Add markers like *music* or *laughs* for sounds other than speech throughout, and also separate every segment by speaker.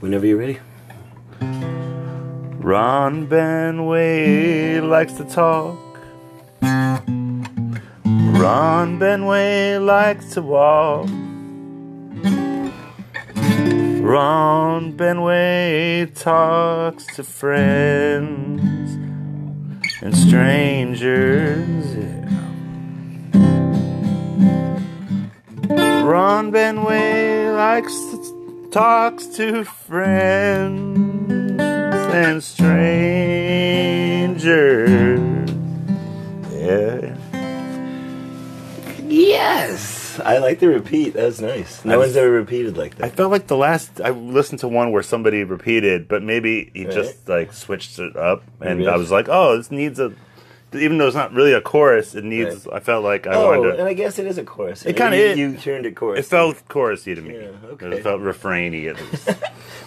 Speaker 1: Whenever you're ready.
Speaker 2: Ron Benway likes to talk. Ron Benway likes to walk. Ron Benway talks to friends and strangers. yeah. Ron Benway likes to talks to friends and strangers. Yeah.
Speaker 1: Yes! I like to repeat. That was nice. No
Speaker 2: I-
Speaker 1: one's ever repeated like
Speaker 2: I
Speaker 1: that.
Speaker 2: felt like the last I listened to one where somebody repeated, but maybe he just like switched it up, and
Speaker 1: Maybe.
Speaker 2: I was like, "Oh, this needs a." Even though it's not really a chorus, it needs. I felt like I
Speaker 1: oh,
Speaker 2: wanted.
Speaker 1: and
Speaker 2: To,
Speaker 1: I guess it is a chorus.
Speaker 2: It kinda
Speaker 1: You-
Speaker 2: is.
Speaker 1: You turned it chorus.
Speaker 2: it felt chorusy to me.
Speaker 1: Yeah, okay.
Speaker 2: It felt refrainy at least.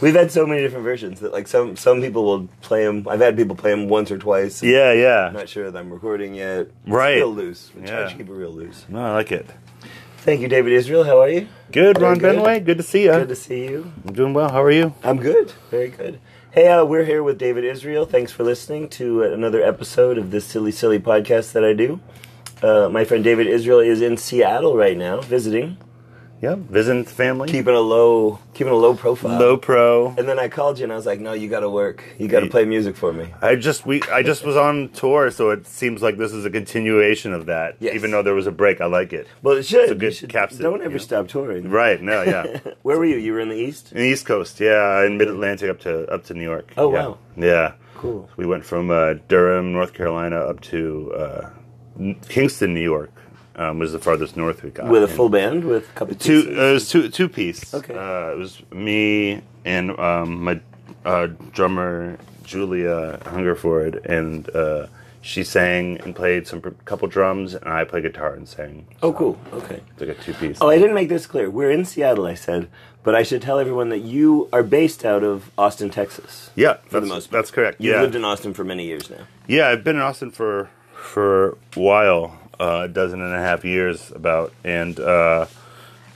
Speaker 1: We've had so many different versions that like some some people will play them. I've had people play them once or twice.
Speaker 2: yeah,
Speaker 1: I'm
Speaker 2: yeah.
Speaker 1: not sure that I'm recording yet. It's
Speaker 2: Right.
Speaker 1: Real loose. We try
Speaker 2: Yeah.
Speaker 1: to keep it real loose.
Speaker 2: No, I like it.
Speaker 1: Thank you, David Israel. How are you?
Speaker 2: Good,
Speaker 1: Very
Speaker 2: Ron
Speaker 1: good.
Speaker 2: Benway. Good to see you.
Speaker 1: Good to see you.
Speaker 2: I'm doing well. How are you?
Speaker 1: I'm good. Very good. Hey, uh, we're here with David Israel. Thanks for listening to another episode of this silly, silly podcast that I do. Uh, my friend David Israel is in Seattle right now, visiting,
Speaker 2: Yeah, visiting the family.
Speaker 1: keeping a low, keeping a low profile.
Speaker 2: low pro.
Speaker 1: And then I called you, and I was like, "No, you got to work. You got to play music for me."
Speaker 2: I just we I just was on tour, so it seems like this is a continuation of that.
Speaker 1: Yes.
Speaker 2: Even though there was a break, I like it.
Speaker 1: Well, it should.
Speaker 2: a good
Speaker 1: You should-
Speaker 2: capsule,
Speaker 1: Don't ever
Speaker 2: you know.
Speaker 1: stop touring.
Speaker 2: Right? No, yeah.
Speaker 1: *laughs* Where were you? You were in the East.
Speaker 2: In the East Coast, yeah, in Mid Atlantic up to up to New York.
Speaker 1: Oh,
Speaker 2: yeah.
Speaker 1: wow.
Speaker 2: Yeah,
Speaker 1: Cool.
Speaker 2: we went from uh, Durham, North Carolina, up to uh, N- Kingston, New York, um, was the farthest north we got.
Speaker 1: With a
Speaker 2: And
Speaker 1: full band, with a couple of
Speaker 2: two,
Speaker 1: pieces?
Speaker 2: uh, it was two two piece.
Speaker 1: Okay.
Speaker 2: uh, it was me and um, my uh, drummer Julia Hungerford, and uh, she sang and played some couple drums, and I played guitar and sang.
Speaker 1: oh, cool. Okay.
Speaker 2: It's like a two piece.
Speaker 1: Oh, I didn't make this clear. We're in Seattle, I said, but I should tell everyone that you are based out of Austin, Texas.
Speaker 2: yeah, that's,
Speaker 1: the most part.
Speaker 2: that's correct.
Speaker 1: You've
Speaker 2: yeah.
Speaker 1: lived in Austin for many years now.
Speaker 2: Yeah, I've been in Austin for for a while, uh, a dozen and a half years about, and uh,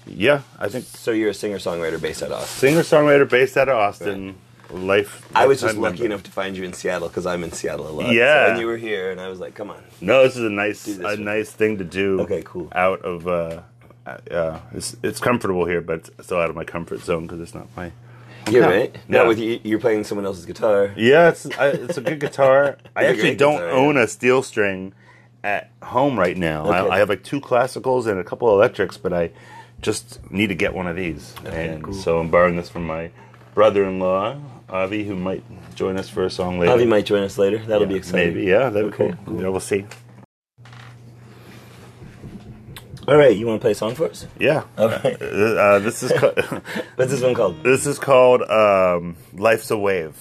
Speaker 2: yeah, I think
Speaker 1: So you're a singer songwriter based out of Austin.
Speaker 2: singer songwriter based out of Austin, life.
Speaker 1: I was just
Speaker 2: lifetime
Speaker 1: lucky
Speaker 2: member.
Speaker 1: enough to find you in Seattle because I'm in Seattle a lot.
Speaker 2: Yeah.
Speaker 1: So, and you were here, and I was like, come on.
Speaker 2: No, this is a nice
Speaker 1: Do this
Speaker 2: a
Speaker 1: one.
Speaker 2: nice thing to do.
Speaker 1: Okay, cool.
Speaker 2: Out of uh, uh, it's it's comfortable here, but it's still out of my comfort zone because it's not my.
Speaker 1: You're right. Now
Speaker 2: Yeah.
Speaker 1: with you, you're playing someone else's guitar.
Speaker 2: Yeah, it's I, it's a good guitar. I
Speaker 1: *laughs* It's a
Speaker 2: actually
Speaker 1: great
Speaker 2: don't
Speaker 1: guitar, yeah.
Speaker 2: own a steel string at home right now.
Speaker 1: Okay.
Speaker 2: I, I have like two classicals and a couple electrics, but I just need to get one of these. and so I'm borrowing this from my brother-in-law Avi, who might join us for a song later.
Speaker 1: Avi might join us later. That'll be exciting.
Speaker 2: Maybe, yeah, that'd
Speaker 1: Okay,
Speaker 2: be cool. Yeah, we'll see.
Speaker 1: All right, you want to play a song for us?
Speaker 2: Yeah.
Speaker 1: Okay.
Speaker 2: Uh, uh, this is *laughs* ca-
Speaker 1: What's this one called?
Speaker 2: this is called um, "Life's a Wave."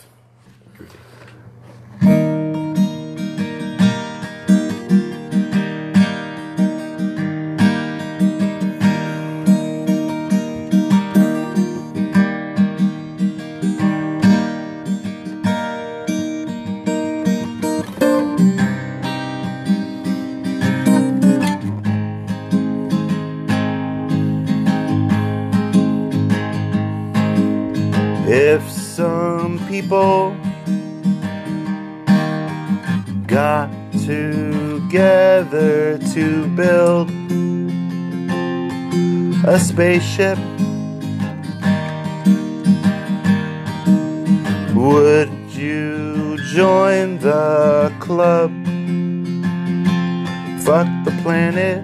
Speaker 2: If some people got together to build a spaceship, would you join the club? Fuck the planet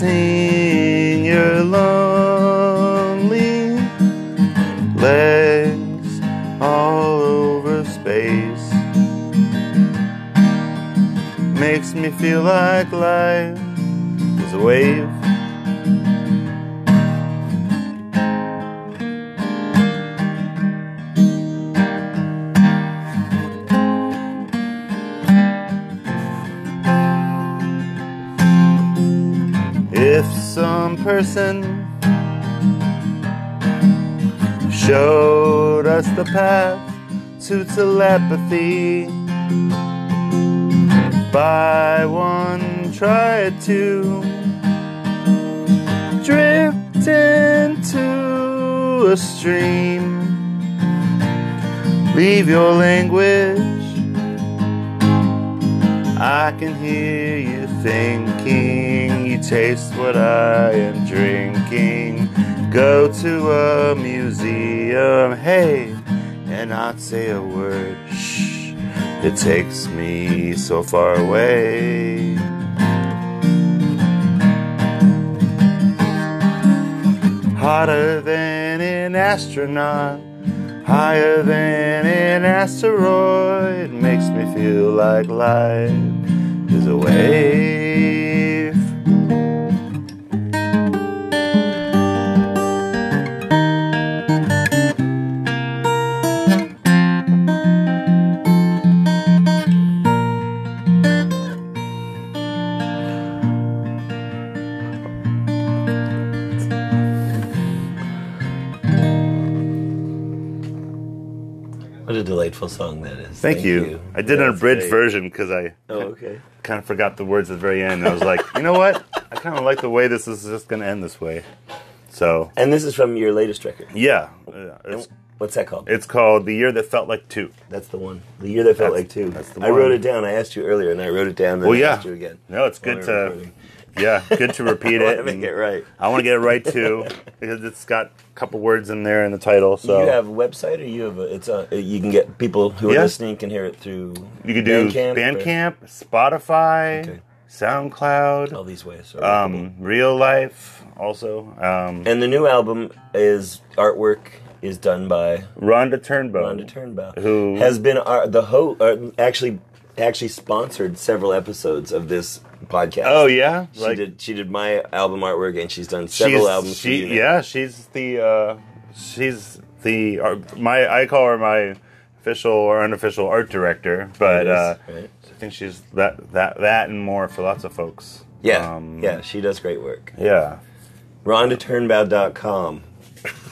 Speaker 2: dancing your lonely legs all over space makes me feel like life is a wave If some person showed us the path to telepathy by one tried to drift in a stream. Leave your language. I can hear you thinking. You taste what I am drinking. Go to a museum, hey, and not say a word. Shh, it takes me so far away. Hotter than an astronaut, higher than an asteroid. Makes me feel like life is a wave.
Speaker 1: What a delightful song that is.
Speaker 2: Thank, you. I did an
Speaker 1: That's
Speaker 2: abridged
Speaker 1: great.
Speaker 2: version because I
Speaker 1: Oh, okay.
Speaker 2: kind of forgot the words at the very end. And I was like, you know what? I kind of like the way this is just going to end this way. So,
Speaker 1: And this is from your latest record.
Speaker 2: yeah. uh, It's,
Speaker 1: What's that called?
Speaker 2: it's called The Year That Felt Like Two.
Speaker 1: That's the one. The year that felt
Speaker 2: That's-
Speaker 1: like two.
Speaker 2: that's the
Speaker 1: I
Speaker 2: one.
Speaker 1: wrote it down. I asked you earlier, and I wrote it down. Then
Speaker 2: Well,
Speaker 1: I
Speaker 2: yeah.
Speaker 1: asked you again.
Speaker 2: No, it's
Speaker 1: While we were
Speaker 2: good to,
Speaker 1: recording.
Speaker 2: yeah, good to
Speaker 1: *laughs*
Speaker 2: repeat
Speaker 1: I
Speaker 2: it.
Speaker 1: want to make
Speaker 2: and
Speaker 1: it right.
Speaker 2: I want to get it right too because it's got a couple words in there in the title. So
Speaker 1: you have a website, or you have a, it's a, you can get people who are
Speaker 2: Yeah.
Speaker 1: listening can hear it through.
Speaker 2: you could do
Speaker 1: Bandcamp,
Speaker 2: Bandcamp,
Speaker 1: or
Speaker 2: Spotify,
Speaker 1: Okay. Oh,
Speaker 2: SoundCloud,
Speaker 1: all these ways.
Speaker 2: um, Real Life. Also, um,
Speaker 1: and the new album is artwork is done by
Speaker 2: Rhonda Turnbow.
Speaker 1: Rhonda Turnbow,
Speaker 2: Who-
Speaker 1: has been our, the ho uh, actually actually sponsored several episodes of this podcast.
Speaker 2: Oh yeah,
Speaker 1: she did she did my album artwork, and she's done several
Speaker 2: she's-
Speaker 1: albums. for
Speaker 2: She,
Speaker 1: Unit.
Speaker 2: yeah, she's the uh, she's the uh, my I call her my official or unofficial art director, but
Speaker 1: Yes,
Speaker 2: uh,
Speaker 1: right.
Speaker 2: I think she's that that that and more for lots of folks.
Speaker 1: yeah,
Speaker 2: Um,
Speaker 1: yeah, she does great work.
Speaker 2: yeah.
Speaker 1: RhondaTurnbow.com.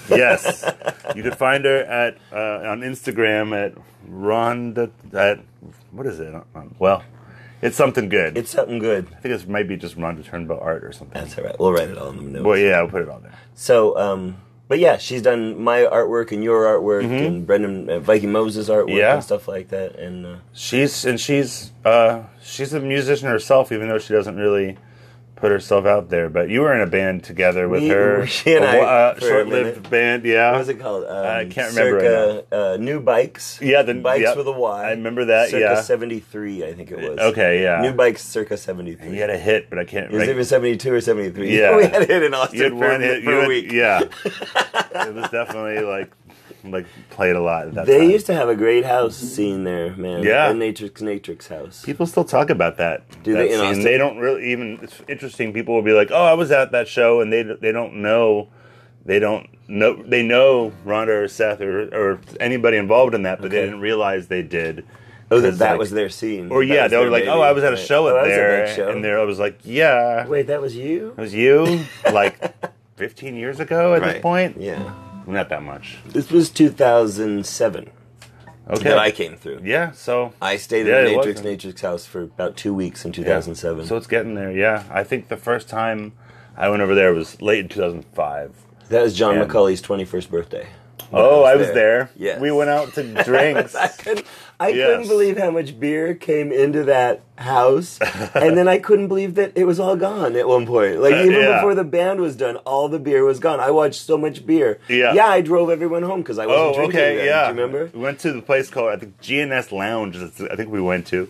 Speaker 2: yes, you can find her at uh, on Instagram at Rhonda at what is it? Um, well, it's something good.
Speaker 1: It's something good.
Speaker 2: I think it might be just Rhonda Turnbow art or something.
Speaker 1: That's all right. We'll write it all in the notes.
Speaker 2: Well, yeah, I'll put it on there.
Speaker 1: So, um, but yeah, she's done my artwork and your artwork and Brendan uh, Viking Moses artwork
Speaker 2: Mm-hmm. Yeah.
Speaker 1: and stuff like that. And uh,
Speaker 2: She's and she's uh, she's a musician herself, even though she doesn't really put herself out there. But you were in a band together with
Speaker 1: We-
Speaker 2: her,
Speaker 1: she and
Speaker 2: a,
Speaker 1: I
Speaker 2: wa- uh,
Speaker 1: for a
Speaker 2: short-lived
Speaker 1: minute.
Speaker 2: band. Yeah,
Speaker 1: what was it called? Um,
Speaker 2: I can't remember
Speaker 1: Circa, uh, new bikes.
Speaker 2: Yeah, the-
Speaker 1: bikes
Speaker 2: yep.
Speaker 1: with a Y.
Speaker 2: I remember that,
Speaker 1: Circa
Speaker 2: yeah.
Speaker 1: seventy three, I think it was.
Speaker 2: Okay, yeah.
Speaker 1: New bikes, circa seventy
Speaker 2: You
Speaker 1: three.
Speaker 2: had a hit, but I can't.
Speaker 1: Is
Speaker 2: rec-
Speaker 1: it was seventy two or seventy three?
Speaker 2: Yeah.
Speaker 1: *laughs* we had it in Austin
Speaker 2: you had
Speaker 1: for,
Speaker 2: one hit
Speaker 1: for
Speaker 2: you
Speaker 1: a
Speaker 2: had-
Speaker 1: week.
Speaker 2: Yeah,
Speaker 1: *laughs*
Speaker 2: it was definitely like like played a lot at that
Speaker 1: They
Speaker 2: time.
Speaker 1: used to have a great house scene there, man.
Speaker 2: Yeah.
Speaker 1: the Natrix Natrix house.
Speaker 2: People still talk about that.
Speaker 1: Do
Speaker 2: that
Speaker 1: they in
Speaker 2: scene.
Speaker 1: Austin?
Speaker 2: They don't really even. It's interesting. People will be like, "Oh, I was at that show," and they they don't know. They don't know. They know Rhonda or Seth or, or anybody involved in that, but they
Speaker 1: Okay.
Speaker 2: didn't realize they did.
Speaker 1: Oh, that,
Speaker 2: 'Cause,
Speaker 1: that
Speaker 2: like-
Speaker 1: was their scene.
Speaker 2: Or
Speaker 1: That
Speaker 2: yeah,
Speaker 1: was
Speaker 2: they were
Speaker 1: their
Speaker 2: like, "Oh,
Speaker 1: baby."
Speaker 2: I was at a
Speaker 1: Right.
Speaker 2: show
Speaker 1: Oh, I
Speaker 2: at
Speaker 1: was
Speaker 2: there,"
Speaker 1: that show.
Speaker 2: and there I was like, "Yeah,
Speaker 1: Wait, that was you?
Speaker 2: it
Speaker 1: *laughs*
Speaker 2: was you." like. 15 years ago at this point
Speaker 1: Yeah.
Speaker 2: not that much
Speaker 1: This was 2007
Speaker 2: okay
Speaker 1: that I came through.
Speaker 2: yeah so
Speaker 1: I stayed
Speaker 2: Yeah,
Speaker 1: in
Speaker 2: it
Speaker 1: the
Speaker 2: was.
Speaker 1: Matrix Matrix house for about two weeks in
Speaker 2: Yeah.
Speaker 1: 2007.
Speaker 2: So it's getting there, yeah. I think the first time I went over there was late in 2005.
Speaker 1: that was John
Speaker 2: Yeah.
Speaker 1: McCauley's 21st birthday.
Speaker 2: oh, I was
Speaker 1: there.
Speaker 2: there.
Speaker 1: Yes.
Speaker 2: We went
Speaker 1: *laughs*
Speaker 2: out to drinks.
Speaker 1: I couldn't, I
Speaker 2: Yes.
Speaker 1: couldn't believe how much beer came into that house,
Speaker 2: *laughs*
Speaker 1: and then I couldn't believe that it was all gone at one point. Like
Speaker 2: Uh,
Speaker 1: even
Speaker 2: yeah.
Speaker 1: before the band was done, all the beer was gone. I watched so much beer.
Speaker 2: Yeah.
Speaker 1: yeah. I drove everyone home because I wasn't
Speaker 2: oh,
Speaker 1: drinking.
Speaker 2: okay,
Speaker 1: then. do
Speaker 2: yeah.
Speaker 1: you remember?
Speaker 2: We went to the place called I think GNS Lounge. is- I think we went to,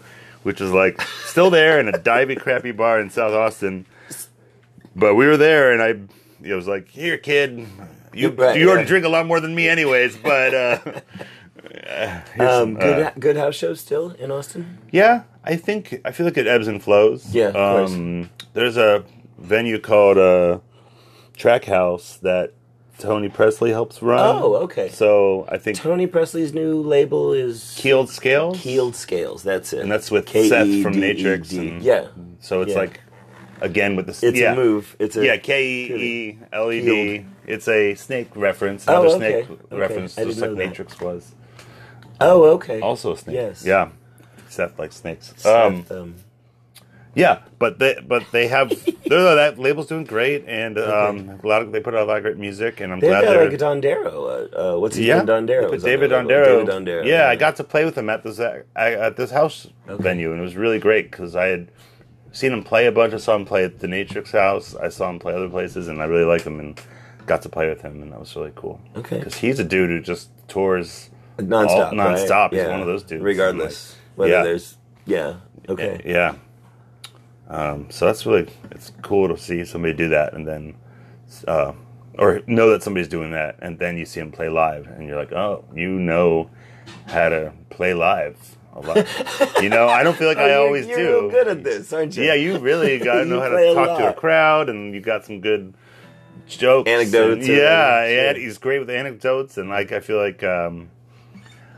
Speaker 2: which is like still there
Speaker 1: *laughs*
Speaker 2: in a divey crappy bar in South Austin. But we were there, and I, it was like, here, kid, you
Speaker 1: Right,
Speaker 2: you already
Speaker 1: yeah.
Speaker 2: drink a lot more than me, anyways. But
Speaker 1: *laughs*
Speaker 2: uh,
Speaker 1: Um, good, good house show still in Austin.
Speaker 2: Yeah, I think I feel like it ebbs and flows.
Speaker 1: Yeah, of course.
Speaker 2: um, there's a venue called uh, Track House that Tony Presley helps run.
Speaker 1: Oh, okay.
Speaker 2: So I think
Speaker 1: Tony Presley's new label is
Speaker 2: Keeled Scales.
Speaker 1: Keeled Scales. That's it.
Speaker 2: and that's with
Speaker 1: K E
Speaker 2: Seth from
Speaker 1: D E D.
Speaker 2: Matrix. And
Speaker 1: yeah,
Speaker 2: So it's
Speaker 1: Yeah.
Speaker 2: like again with the
Speaker 1: it's
Speaker 2: yeah.
Speaker 1: a move. It's a
Speaker 2: Yeah, K E E L E D.
Speaker 1: Keeled.
Speaker 2: It's a snake reference.
Speaker 1: Oh,
Speaker 2: Another
Speaker 1: okay,
Speaker 2: snake
Speaker 1: okay.
Speaker 2: reference,
Speaker 1: I
Speaker 2: just
Speaker 1: didn't
Speaker 2: like
Speaker 1: know that.
Speaker 2: Matrix was.
Speaker 1: Oh, okay.
Speaker 2: Also a snake.
Speaker 1: Yes.
Speaker 2: Yeah. Seth likes snakes.
Speaker 1: Seth,
Speaker 2: Um,
Speaker 1: um,
Speaker 2: Yeah, but they but they have they're, that label's doing great, and um, a lot of, they put out a lot of great music, and I'm
Speaker 1: They've
Speaker 2: glad
Speaker 1: got
Speaker 2: they're
Speaker 1: like a Dondero. Uh, uh, what's his
Speaker 2: yeah
Speaker 1: name? Dondero.
Speaker 2: they put
Speaker 1: was on
Speaker 2: David
Speaker 1: the label.
Speaker 2: Dondero.
Speaker 1: David Dondero.
Speaker 2: Yeah, I got to play with him at this uh, I- at this house venue, and it was really great because I had seen him play a bunch. I saw him play at the Natrix House. I saw him play other places, and I really liked him and got to play with him, and that was really cool.
Speaker 1: Okay.
Speaker 2: because he's a dude who just tours
Speaker 1: nonstop.
Speaker 2: all- nonstop.
Speaker 1: Right?
Speaker 2: He's one of those dudes.
Speaker 1: Regardless, whether
Speaker 2: Yeah.
Speaker 1: there's yeah, okay,
Speaker 2: Yeah. Um, so that's really it's cool to see somebody do that, and then, uh, or know that somebody's doing that, and then you see them play live, and you're like, oh, you know how to play live a lot. you know, I don't feel like
Speaker 1: *laughs*
Speaker 2: I
Speaker 1: Oh, you-
Speaker 2: always
Speaker 1: you're
Speaker 2: do.
Speaker 1: real good at this, aren't you?
Speaker 2: yeah, you
Speaker 1: *laughs*
Speaker 2: really got to
Speaker 1: You
Speaker 2: know how
Speaker 1: play
Speaker 2: to
Speaker 1: a
Speaker 2: talk to a
Speaker 1: lot.
Speaker 2: crowd, and you got some good jokes, and-
Speaker 1: Anecdotes and-
Speaker 2: yeah,
Speaker 1: sure.
Speaker 2: yeah, he's great with anecdotes, and like I feel like um,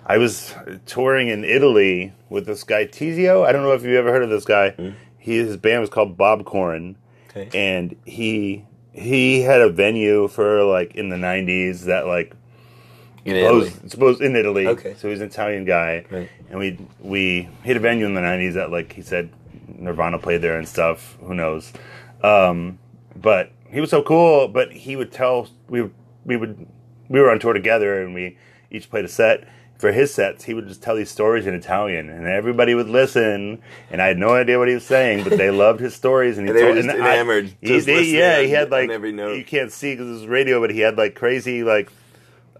Speaker 2: I was touring in Italy with this guy Tizio. I don't know if you've ever heard of this guy.
Speaker 1: Hmm.
Speaker 2: He his band was called Bobcorn,
Speaker 1: Okay.
Speaker 2: and he he had a venue for like in the '90s that like
Speaker 1: In Italy.
Speaker 2: supposed, supposed in Italy.
Speaker 1: Okay.
Speaker 2: so he's an Italian guy,
Speaker 1: Right.
Speaker 2: and we we hit a venue in the '90s that like he said Nirvana played there and stuff. Who knows? Um, but he was so cool. But he would tell we we would we were on tour together and we each played a set. For his sets, he would just tell these stories in Italian, and everybody would listen. And I had no idea what he was saying, but they loved his stories. And, he
Speaker 1: And *laughs* they were
Speaker 2: told,
Speaker 1: just
Speaker 2: and I-
Speaker 1: enamored,
Speaker 2: he-
Speaker 1: just
Speaker 2: they-
Speaker 1: listening
Speaker 2: yeah,
Speaker 1: on-
Speaker 2: he had like
Speaker 1: on every note.
Speaker 2: you can't see because it's radio, but he had like crazy like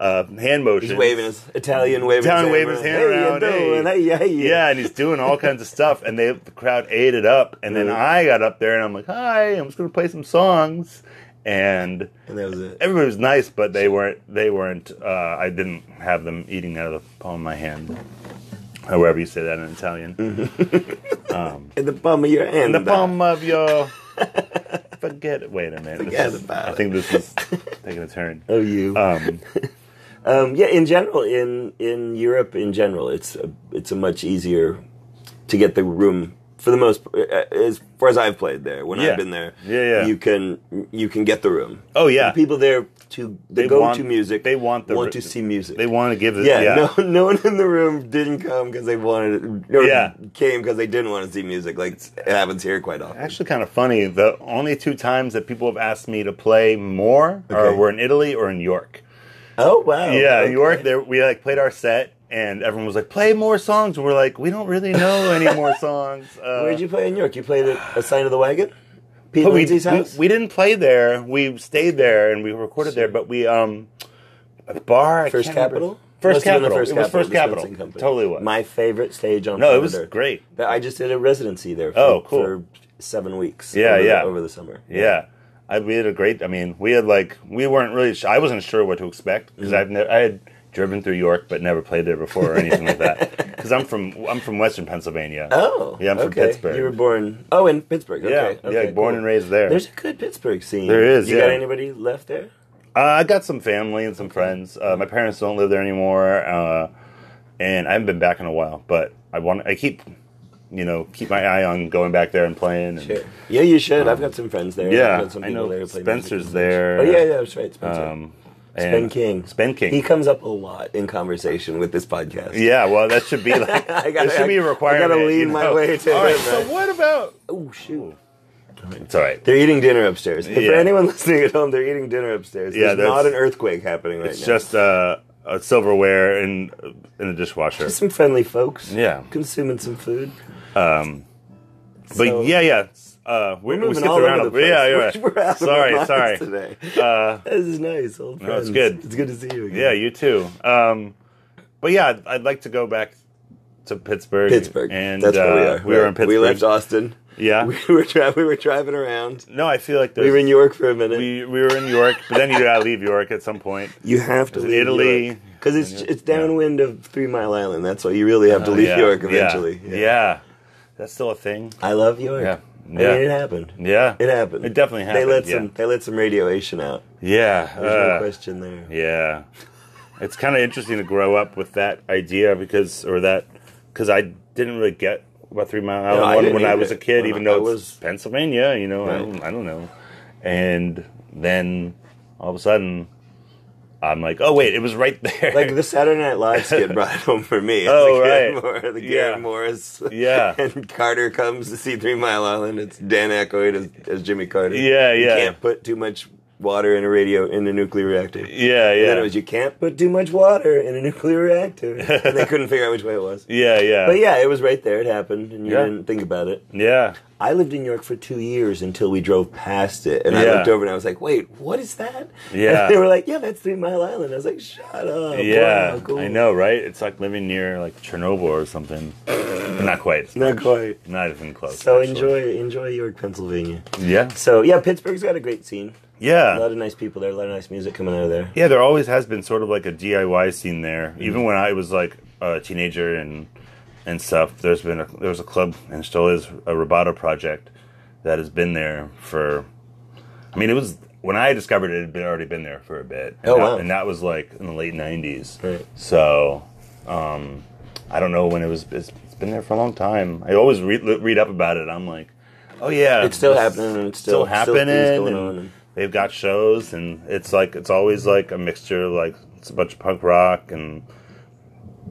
Speaker 2: uh, hand motions.
Speaker 1: He's waving his Italian waving.
Speaker 2: Italian
Speaker 1: his
Speaker 2: waving his hand around,
Speaker 1: How you doing? Hey,
Speaker 2: hey.
Speaker 1: hey,
Speaker 2: yeah, and he's doing all kinds of stuff, and they the crowd ate it up. And then
Speaker 1: Mhm.
Speaker 2: I got up there, and I'm like, "Hi, I'm just gonna play some songs." And
Speaker 1: And that was it.
Speaker 2: everybody was nice, but they weren't. They weren't. Uh, I didn't have them eating out of the palm of my hand. However you say that in Italian,
Speaker 1: Mm-hmm. In the palm of your hand.
Speaker 2: the palm of
Speaker 1: *laughs*
Speaker 2: your. Forget. Wait a minute.
Speaker 1: Forget
Speaker 2: this is,
Speaker 1: about
Speaker 2: I
Speaker 1: it.
Speaker 2: think this
Speaker 1: *laughs*
Speaker 2: is taking a turn.
Speaker 1: Oh, you.
Speaker 2: Um,
Speaker 1: Um, yeah, in general, in in Europe, in general, it's a, it's a much easier to get the room for the most uh, as far as I've played there. When
Speaker 2: Yeah.
Speaker 1: I've been there,
Speaker 2: Yeah, yeah.
Speaker 1: you can you can get the room.
Speaker 2: Oh, yeah.
Speaker 1: The people there to they,
Speaker 2: They
Speaker 1: go
Speaker 2: want-
Speaker 1: to music.
Speaker 2: they want the
Speaker 1: want
Speaker 2: ri-
Speaker 1: to see music.
Speaker 2: they want to give. The,
Speaker 1: yeah, no, *laughs* no one in the room didn't come because they wanted it. Or
Speaker 2: Yeah.
Speaker 1: came because they didn't want to see music. Like it happens here quite often.
Speaker 2: Actually, kind of funny. The only two times that people have asked me to play more are
Speaker 1: Okay.
Speaker 2: were in Italy or in York.
Speaker 1: Oh wow!
Speaker 2: yeah,
Speaker 1: okay.
Speaker 2: York. There, we like played our set, and everyone was like, "Play more songs." And we're like, "We don't really know
Speaker 1: *laughs*
Speaker 2: any more songs." Uh,
Speaker 1: Where'd you play in York? You played at a sign of the wagon. Pete
Speaker 2: but we,
Speaker 1: Lindsay's
Speaker 2: we
Speaker 1: house.
Speaker 2: we didn't play there. We stayed there and we recorded there, but we um a bar I
Speaker 1: First
Speaker 2: can't remember-
Speaker 1: Capital?
Speaker 2: First
Speaker 1: Must have been the
Speaker 2: Capital. it was First Capital.
Speaker 1: Wisconsin company.
Speaker 2: Totally was.
Speaker 1: My favorite stage on
Speaker 2: no, it
Speaker 1: planet
Speaker 2: was
Speaker 1: Earth.
Speaker 2: great.
Speaker 1: That- I just did a residency there for,
Speaker 2: Oh, cool.
Speaker 1: for seven weeks.
Speaker 2: Yeah,
Speaker 1: over,
Speaker 2: yeah.
Speaker 1: Over the summer.
Speaker 2: Yeah. I, we had a great. I mean, we had like we weren't really. Sh- I wasn't sure what to expect
Speaker 1: Mm-hmm.
Speaker 2: because I've never. I had driven through York, but never played there before or anything like that.
Speaker 1: *laughs*
Speaker 2: Because I'm from I'm from Western Pennsylvania.
Speaker 1: Oh.
Speaker 2: Yeah, I'm from
Speaker 1: okay.
Speaker 2: Pittsburgh.
Speaker 1: You were born. Oh, in Pittsburgh.
Speaker 2: yeah,
Speaker 1: Okay.
Speaker 2: yeah.
Speaker 1: okay,
Speaker 2: Born
Speaker 1: cool.
Speaker 2: and raised there.
Speaker 1: There's a good Pittsburgh scene.
Speaker 2: There is,
Speaker 1: You
Speaker 2: yeah.
Speaker 1: got anybody left there?
Speaker 2: Uh, I got some family and some friends. Uh, my parents don't live there anymore, uh, and I haven't been back in a while. But I want. I keep, you know, keep my eye on going back there and playing. And,
Speaker 1: Sure. Yeah, you should. I've got some friends there. I've
Speaker 2: Yeah,
Speaker 1: got some
Speaker 2: I
Speaker 1: people there
Speaker 2: know
Speaker 1: who play
Speaker 2: Spencer's
Speaker 1: music.
Speaker 2: there.
Speaker 1: Oh yeah, yeah, that's right. Spencer.
Speaker 2: Um,
Speaker 1: ben
Speaker 2: and-
Speaker 1: King.
Speaker 2: Spen King.
Speaker 1: He comes up a lot in conversation with this podcast.
Speaker 2: Yeah, well, that
Speaker 1: *laughs*
Speaker 2: should be like
Speaker 1: I gotta-
Speaker 2: that should be a
Speaker 1: I- I
Speaker 2: requirement.
Speaker 1: gotta lean
Speaker 2: you
Speaker 1: my
Speaker 2: know?
Speaker 1: way to
Speaker 2: All right,
Speaker 1: it,
Speaker 2: so
Speaker 1: right.
Speaker 2: what about?
Speaker 1: Oh shoot.
Speaker 2: It's all right.
Speaker 1: They're eating dinner upstairs. If For
Speaker 2: Yeah.
Speaker 1: anyone *laughs* listening at home, they're eating dinner upstairs.
Speaker 2: Yeah,
Speaker 1: There's
Speaker 2: that's-
Speaker 1: not an earthquake happening right
Speaker 2: It's
Speaker 1: now.
Speaker 2: just uh, a silverware and uh, in a dishwasher.
Speaker 1: some friendly folks.
Speaker 2: Yeah.
Speaker 1: consuming some food.
Speaker 2: but
Speaker 1: so-
Speaker 2: yeah, yeah. Uh, we, we
Speaker 1: Moving
Speaker 2: skipped
Speaker 1: all
Speaker 2: around.
Speaker 1: over the
Speaker 2: a bit.
Speaker 1: place.
Speaker 2: yeah, you're right.
Speaker 1: *laughs* We're out of our
Speaker 2: sorry,
Speaker 1: minds
Speaker 2: sorry.
Speaker 1: Today.
Speaker 2: Uh,
Speaker 1: This is nice, old friends.
Speaker 2: No, it's good.
Speaker 1: It's good to see you again.
Speaker 2: yeah, you too. Um, but yeah, I'd, I'd like to go back to Pittsburgh.
Speaker 1: Pittsburgh.
Speaker 2: and
Speaker 1: That's where we
Speaker 2: uh,
Speaker 1: are.
Speaker 2: We were in Pittsburgh.
Speaker 1: We left Austin. *laughs*
Speaker 2: Yeah.
Speaker 1: we were tra- we were driving around.
Speaker 2: No, I feel like
Speaker 1: We were in
Speaker 2: York.
Speaker 1: York for a minute.
Speaker 2: We, we were in York, but then you gotta leave York at some point.
Speaker 1: you have to
Speaker 2: It's
Speaker 1: leave
Speaker 2: Italy.
Speaker 1: because it's
Speaker 2: Yeah. Uh,
Speaker 1: it's downwind of Three Mile Island. That's why you really have to *laughs* leave
Speaker 2: Yeah,
Speaker 1: York
Speaker 2: yeah,
Speaker 1: eventually.
Speaker 2: Yeah. that's still a thing.
Speaker 1: I love York.
Speaker 2: Yeah.
Speaker 1: I
Speaker 2: Yeah.
Speaker 1: mean, it happened.
Speaker 2: Yeah,
Speaker 1: It happened.
Speaker 2: It definitely happened.
Speaker 1: They let
Speaker 2: yeah.
Speaker 1: some they let some radiation out.
Speaker 2: Yeah.
Speaker 1: There's
Speaker 2: uh,
Speaker 1: no question there.
Speaker 2: Yeah. It's kind of interesting to grow up with that idea because, or that, because I didn't really get about Three Mile Island
Speaker 1: I
Speaker 2: one
Speaker 1: didn't
Speaker 2: when I
Speaker 1: either.
Speaker 2: was a kid,
Speaker 1: When
Speaker 2: even
Speaker 1: I
Speaker 2: though
Speaker 1: was-
Speaker 2: it's Pennsylvania, you know, I,
Speaker 1: Right.
Speaker 2: don't, I don't know. And then all of a sudden, I'm like, oh wait, it was right *laughs* there.
Speaker 1: Like the Saturday Night Live
Speaker 2: *laughs*
Speaker 1: skit brought it home for me.
Speaker 2: Oh,
Speaker 1: the Garrett
Speaker 2: right.
Speaker 1: Moore, the
Speaker 2: Yeah.
Speaker 1: Garrett Morris.
Speaker 2: Yeah.
Speaker 1: *laughs* and Carter comes to see Three Mile Island. It's Dan Aykroyd as, as Jimmy Carter.
Speaker 2: Yeah, yeah.
Speaker 1: You can't put too much water in a radio in a nuclear reactor.
Speaker 2: yeah,
Speaker 1: And then it
Speaker 2: yeah,
Speaker 1: was you can't put too much water in a nuclear
Speaker 2: *laughs*
Speaker 1: reactor, and they couldn't figure out which way it was.
Speaker 2: yeah, yeah,
Speaker 1: But yeah, it was right there. It happened, and you
Speaker 2: Yeah.
Speaker 1: didn't think about it.
Speaker 2: yeah.
Speaker 1: I lived in York for two years until we drove past it, and I
Speaker 2: Yeah.
Speaker 1: looked over and I was like, "Wait, what is that?" *laughs*
Speaker 2: Yeah.
Speaker 1: and they were like, "Yeah, that's Three Mile Island." I was like, "Shut up!"
Speaker 2: Yeah,
Speaker 1: Wow, cool.
Speaker 2: I know, right? It's like living near like Chernobyl or something. Not quite.
Speaker 1: Not quite.
Speaker 2: Not even close.
Speaker 1: So
Speaker 2: actually.
Speaker 1: enjoy, enjoy York, Pennsylvania.
Speaker 2: Yeah,
Speaker 1: So yeah, Pittsburgh's got a great scene. A
Speaker 2: yeah,
Speaker 1: lot of nice people there. A lot of nice music coming out of there.
Speaker 2: yeah. There always has been sort of like a DIY scene there.
Speaker 1: Mm-hmm.
Speaker 2: Even when I was like a teenager and and stuff, there's been a, there was a club and still is a Roboto project that has been there for. I mean, it was when I discovered it, it had been, already been there for a bit. And
Speaker 1: Oh,
Speaker 2: that,
Speaker 1: wow.
Speaker 2: And that was like in the late '90s.
Speaker 1: Right.
Speaker 2: So, um, I don't know when it was. It's, it's been there for a long time. I always read, read up about it. I'm like, oh yeah,
Speaker 1: It's still
Speaker 2: this-
Speaker 1: happening, and it's
Speaker 2: still
Speaker 1: still,
Speaker 2: happening.
Speaker 1: Still things going
Speaker 2: and
Speaker 1: on. and-
Speaker 2: They've got shows, and it's like it's always like a mixture, of like it's a bunch of punk rock and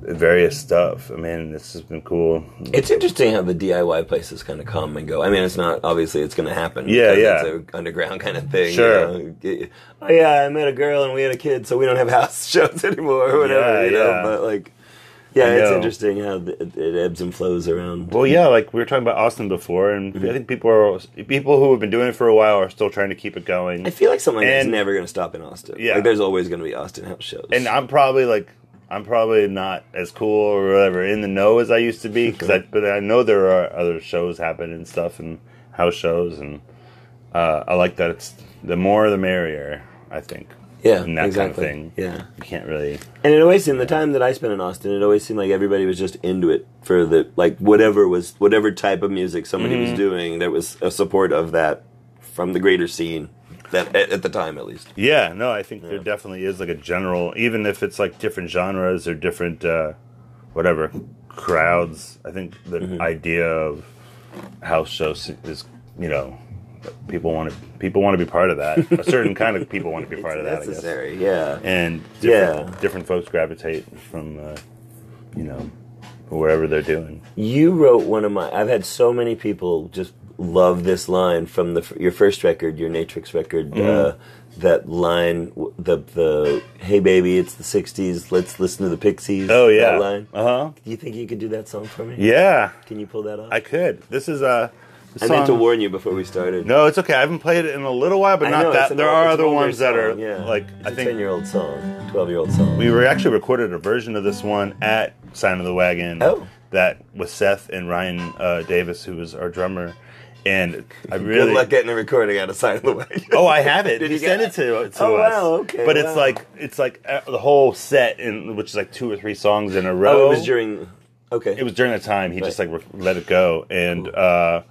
Speaker 2: various stuff. I mean, this has been cool.
Speaker 1: It's interesting how the DIY places kind of come and go. I mean, it's not obviously it's going to happen.
Speaker 2: Yeah,
Speaker 1: because
Speaker 2: yeah.
Speaker 1: It's an underground kind of thing.
Speaker 2: Sure.
Speaker 1: you know. Oh yeah, I met a girl and we had a kid, so we don't have *laughs* house shows anymore or whatever.
Speaker 2: Yeah,
Speaker 1: you know,
Speaker 2: yeah.
Speaker 1: but like, yeah,
Speaker 2: I
Speaker 1: it's
Speaker 2: know.
Speaker 1: interesting how th- it, it ebbs and flows around.
Speaker 2: Well, yeah, like we were talking about Austin before, and
Speaker 1: Mm-hmm.
Speaker 2: I think people are people who have been doing it for a while are still trying to keep it going.
Speaker 1: I feel like something is
Speaker 2: And-
Speaker 1: never going to stop in Austin.
Speaker 2: Yeah.
Speaker 1: like there's always going to be Austin house shows.
Speaker 2: and I'm probably like I'm probably not as cool or whatever in the know as I used to be because I but I know there are other shows happening and stuff and house shows and uh, I like that it's the more the merrier I think
Speaker 1: yeah,
Speaker 2: and that
Speaker 1: exactly.
Speaker 2: kind of thing
Speaker 1: Yeah,
Speaker 2: you can't really
Speaker 1: and it always in the time that I spent in Austin, it always seemed like everybody was just into it for the like whatever was whatever type of music somebody
Speaker 2: Mm-hmm.
Speaker 1: was doing. There was a support of that from the greater scene that at, at the time at least.
Speaker 2: yeah no I think there definitely is like a general even if it's like different genres or different uh, whatever crowds I think the
Speaker 1: Mm-hmm.
Speaker 2: idea of house shows is you know. People want to. People want to be part of that. A certain kind of
Speaker 1: *laughs*
Speaker 2: people want to be part of that. I guess.
Speaker 1: Necessary, yeah.
Speaker 2: and different,
Speaker 1: Yeah.
Speaker 2: different folks gravitate from uh, you know wherever they're doing
Speaker 1: You wrote one of my. I've had so many people just love this line from the f- your first record, your Natrix record. Uh,
Speaker 2: Mm-hmm.
Speaker 1: that line, w- the the hey baby, it's the '60s. Let's listen to the Pixies.
Speaker 2: oh yeah
Speaker 1: that line.
Speaker 2: uh-huh
Speaker 1: Do you think you could do that song for me?
Speaker 2: yeah
Speaker 1: Can you pull that off?
Speaker 2: i could this is uh, a
Speaker 1: I
Speaker 2: song.
Speaker 1: meant to warn you before we started.
Speaker 2: no it's okay i haven't played it in a little while but
Speaker 1: I
Speaker 2: not
Speaker 1: know, it's
Speaker 2: that
Speaker 1: an
Speaker 2: there
Speaker 1: old-
Speaker 2: are
Speaker 1: it's an
Speaker 2: other
Speaker 1: older
Speaker 2: ones that are
Speaker 1: song, yeah.
Speaker 2: like i
Speaker 1: It's a
Speaker 2: think
Speaker 1: ten-year-old song, twelve-year-old song.
Speaker 2: we were actually recorded a version of this one at Sign of the Wagon.
Speaker 1: Oh.
Speaker 2: That was Seth and Ryan uh, Davis, who was our drummer, and I really
Speaker 1: Good luck getting the recording out of sight of the way.
Speaker 2: *laughs* Oh, I have it.
Speaker 1: Did
Speaker 2: he
Speaker 1: you
Speaker 2: sent it
Speaker 1: get
Speaker 2: to, to
Speaker 1: Oh,
Speaker 2: us.
Speaker 1: wow, okay,
Speaker 2: But it's
Speaker 1: wow.
Speaker 2: like it's like uh, the whole set, in, which is like two or three songs in a row.
Speaker 1: oh, it was during. Okay.
Speaker 2: It was during that time. He just like re- let it go, and uh,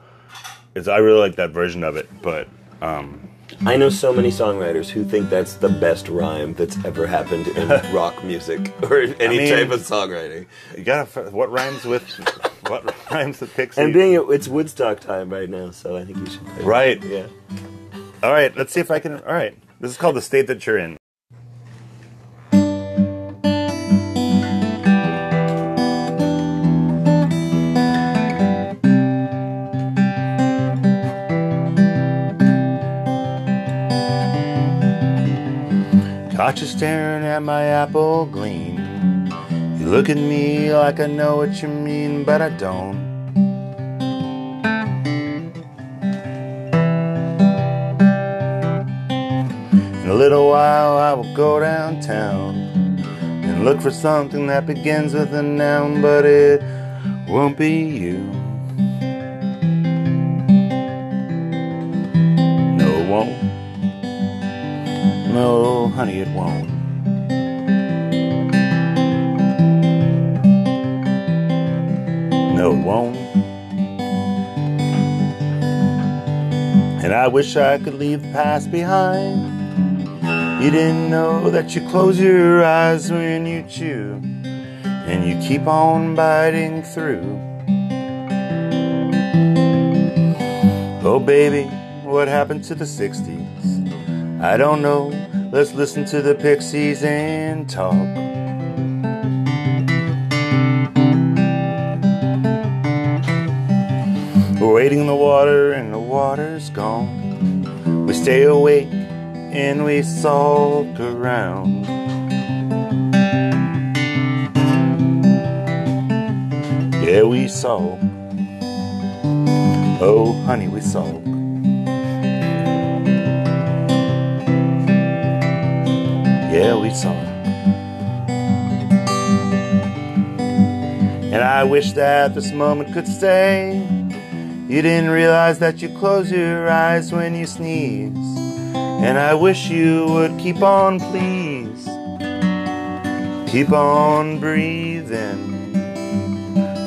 Speaker 2: it's I really like that version of it. But
Speaker 1: I know so many songwriters who think that's the best rhyme that's ever happened
Speaker 2: *laughs*
Speaker 1: in rock music or in any
Speaker 2: mean-
Speaker 1: type of songwriting.
Speaker 2: you gotta f- what rhymes with what *laughs* rhymes with Pixie?
Speaker 1: And being it's Woodstock time right now, so I think you should. Play
Speaker 2: right.
Speaker 1: Yeah.
Speaker 2: All right. Let's see if I can. All right. This is called the state that you're in. Caught you staring at my apple gleam. You look at me like I know what you mean, but I don't. In a little while, I will go downtown and look for something that begins with a noun, but it won't be you. No, it won't. No, honey, it won't. No, it won't. And I wish I could leave the past behind. You didn't know that you close your eyes when you chew, and you keep on biting through. Oh, baby, what happened to the 60s? I don't know, Let's listen to the Pixies and talk. We're waiting in the water and the water's gone. We stay awake and we sulk around. Yeah, we sulk. Oh, honey, we sulk. Yeah, we sulk. And I wish that this moment could stay. You didn't realize that you close your eyes when you sneeze. And I wish you would keep on, please. Keep on breathing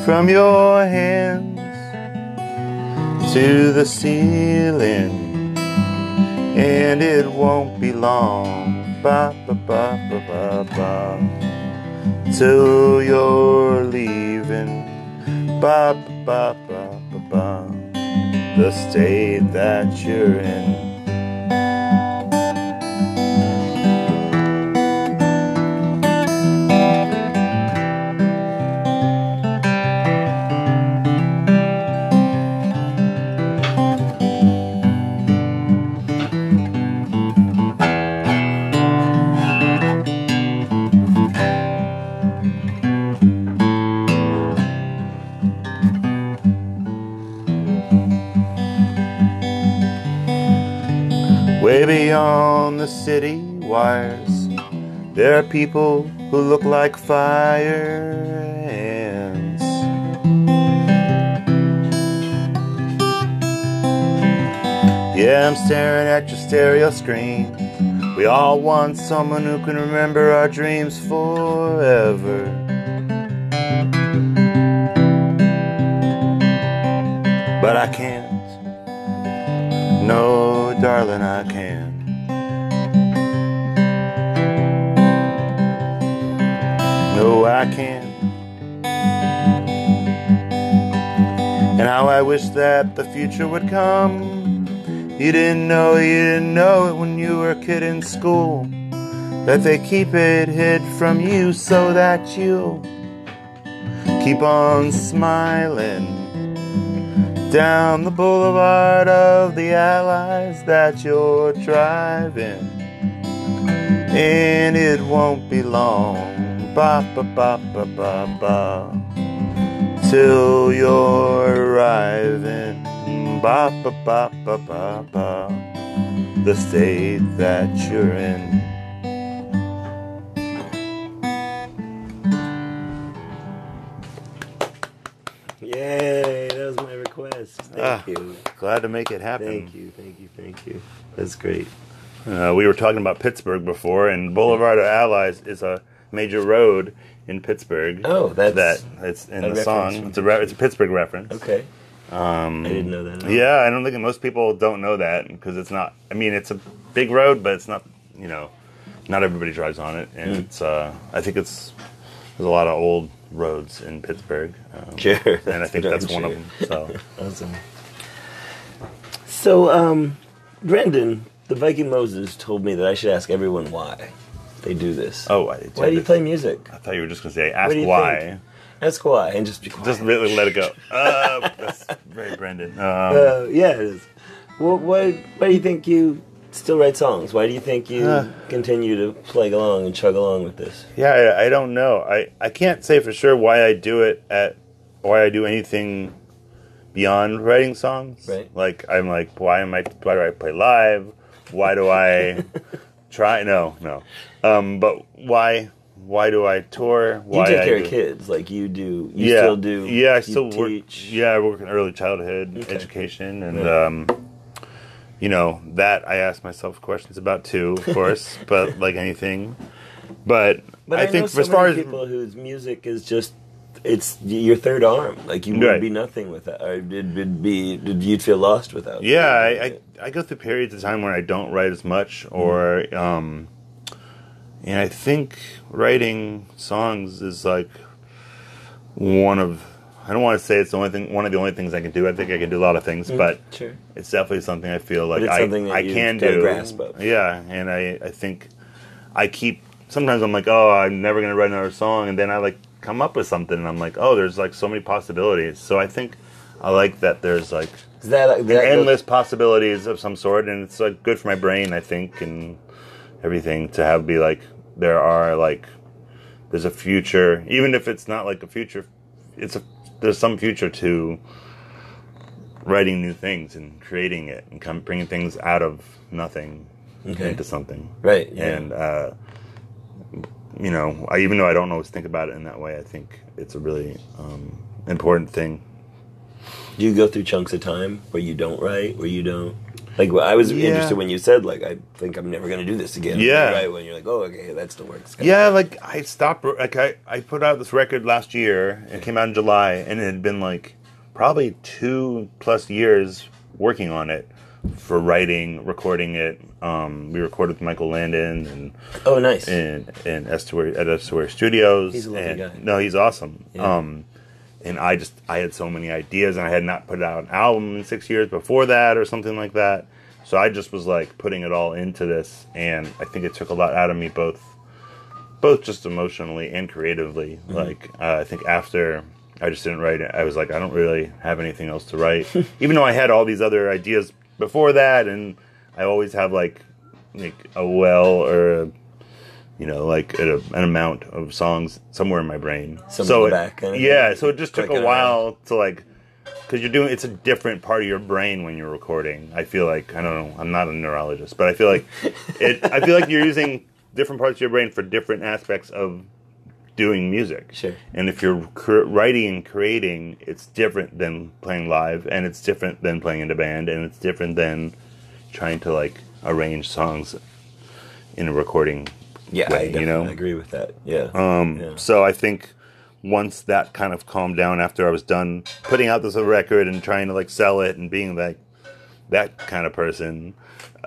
Speaker 2: from your hands to the ceiling. And it won't be long. Ba ba ba ba ba ba. Till you're leaving ba ba ba ba ba the state that you're in way beyond the city wires there are people who look like fire ants yeah i'm staring at your stereo screen we all want someone who can remember our dreams forever but i can't no, darling, I can't. No, I can't. And how I wish that the future would come. You didn't know, you didn't know it when you were a kid in school. That they keep it hid from you so that you keep on smiling down the boulevard of the allies that you're driving. And it won't be long, ba ba ba ba ba ba, till you're arriving, ba ba ba ba ba ba, the state that you're in.
Speaker 1: Yay, that was my request. Thank
Speaker 2: Ah. Um,
Speaker 1: you.
Speaker 2: Glad to make it happen.
Speaker 1: Thank you, thank you, thank you. That's great.
Speaker 2: Uh, we were talking about Pittsburgh before, and Boulevard of Allies is a major road in Pittsburgh.
Speaker 1: Oh, that's-
Speaker 2: that it's in
Speaker 1: a
Speaker 2: the
Speaker 1: reference
Speaker 2: song.
Speaker 1: from
Speaker 2: It's a re- it's a Pittsburgh reference.
Speaker 1: Okay. Um, I didn't know that.
Speaker 2: Yeah, I don't think most people don't know that because it's not. I mean, it's a big road, but it's not. You know, not everybody drives on it, and
Speaker 1: Hmm.
Speaker 2: it's. Uh, I think it's there's a lot of old roads in Pittsburgh, um,
Speaker 1: Sure. *laughs*
Speaker 2: and I think that's one of them. So
Speaker 1: Awesome. So, um, Brendan, the Viking Moses, told me that I should ask everyone why they do this.
Speaker 2: oh, I,
Speaker 1: why do you play music?
Speaker 2: I thought you were just gonna say
Speaker 1: What
Speaker 2: ask
Speaker 1: do you
Speaker 2: why.
Speaker 1: think? Ask why, and just be quiet.
Speaker 2: Just really let it go. Uh, that's very Brendan. Um,
Speaker 1: Uh, yeah, it is. Well, why, why do you think you still write songs? Why do you think you
Speaker 2: Uh.
Speaker 1: continue to plug along and chug along with this?
Speaker 2: Yeah, I, I don't know. I, I can't say for sure why I do it at why I do anything beyond writing songs.
Speaker 1: Right.
Speaker 2: Like I'm like, why am I why do I play live? Why
Speaker 1: *laughs*
Speaker 2: do I try no, no. Um, but why why do I tour?
Speaker 1: You
Speaker 2: Why
Speaker 1: take
Speaker 2: I
Speaker 1: care of
Speaker 2: do-
Speaker 1: kids, like you do. You
Speaker 2: yeah.
Speaker 1: still do.
Speaker 2: Yeah, I
Speaker 1: you
Speaker 2: still work.
Speaker 1: teach.
Speaker 2: Yeah, I work in early childhood
Speaker 1: Okay.
Speaker 2: education, and
Speaker 1: Right.
Speaker 2: um, you know that I ask myself questions about too,
Speaker 1: *laughs*
Speaker 2: of course. but like anything, but,
Speaker 1: But
Speaker 2: I,
Speaker 1: I,
Speaker 2: think
Speaker 1: know so
Speaker 2: as far
Speaker 1: many
Speaker 2: as
Speaker 1: people whose music is just it's y- your third arm. Like you would
Speaker 2: Right.
Speaker 1: be nothing without, or it'd, it'd be did you'd feel lost without.
Speaker 2: yeah,
Speaker 1: it.
Speaker 2: I, I I go through periods of time where I don't write as much, or
Speaker 1: Mm-hmm.
Speaker 2: um, and I think writing songs is like one of I don't want to say it's the only thing, one of the only things I can do. I think I can do a lot of
Speaker 1: Mm-hmm.
Speaker 2: things, but
Speaker 3: Sure.
Speaker 2: it's definitely something I feel like
Speaker 1: it's
Speaker 2: I,
Speaker 1: something that
Speaker 2: I
Speaker 1: you've
Speaker 2: can
Speaker 1: got a
Speaker 2: do.
Speaker 1: grasp of.
Speaker 2: Yeah, and I, I think I keep sometimes I'm like, oh, I'm never gonna write another song, and then I like come up with something, and I'm like, oh, there's like so many possibilities. So I think I like that there's like
Speaker 1: Is that, that goes-
Speaker 2: endless possibilities of some sort, and it's like good for my brain, I think, and everything to have be like there are like there's a future, even if it's not like a future, it's a there's some future to writing new things and creating it and come bringing things out of nothing
Speaker 1: Okay.
Speaker 2: into something,
Speaker 1: Right, yeah.
Speaker 2: And uh, you know, I even though I don't always think about it in that way, I think it's a really um, important thing.
Speaker 1: Do you go through chunks of time where you don't write, where you don't? Like well, I was
Speaker 2: Yeah.
Speaker 1: interested when you said, like, I think I'm never going to do this again.
Speaker 2: Yeah.
Speaker 1: Right when you're like, oh, okay, that still works.
Speaker 2: Yeah, like I stopped. Like I, I put out this record last year. It came out in July, and it had been like probably two plus years working on it for writing, recording it. Um, we recorded with Michael Landon and
Speaker 1: Oh, nice.
Speaker 2: in in Estuary at Estuary Studios.
Speaker 1: He's a lovely
Speaker 2: and-
Speaker 1: guy.
Speaker 2: No, he's awesome.
Speaker 1: Yeah.
Speaker 2: Um, and I just I had so many ideas, and I had not put out an album in six years before that, or something like that. So I just was like putting it all into this, and I think it took a lot out of me, both both just emotionally and creatively.
Speaker 1: Mm-hmm.
Speaker 2: Like uh, I think after. I just didn't write it. I was like, I don't really have anything else to write,
Speaker 1: *laughs*
Speaker 2: even though I had all these other ideas before that, and I always have like, like a well or a you know, like at a, an amount of songs somewhere in my brain.
Speaker 1: Some
Speaker 2: so
Speaker 1: in
Speaker 2: it,
Speaker 1: the back, kind of
Speaker 2: yeah,
Speaker 1: thing.
Speaker 2: so it just took
Speaker 1: Clicking
Speaker 2: a while to like, because you're doing it's a different part of your brain when you're recording. I feel like I don't know. I'm not a neurologist, but I feel like it. I feel like you're using different parts of your brain for different aspects of doing music.
Speaker 1: Sure.
Speaker 2: And if you're cr- writing and creating, it's different than playing live, and it's different than playing in a band, and it's different than trying to like arrange songs in a recording
Speaker 1: Yeah, I
Speaker 2: way,
Speaker 1: definitely
Speaker 2: you know?
Speaker 1: agree with that. Yeah.
Speaker 2: Um,
Speaker 1: Yeah.
Speaker 2: So I think once that kind of calmed down after I was done putting out this record and trying to like sell it and being like that kind of person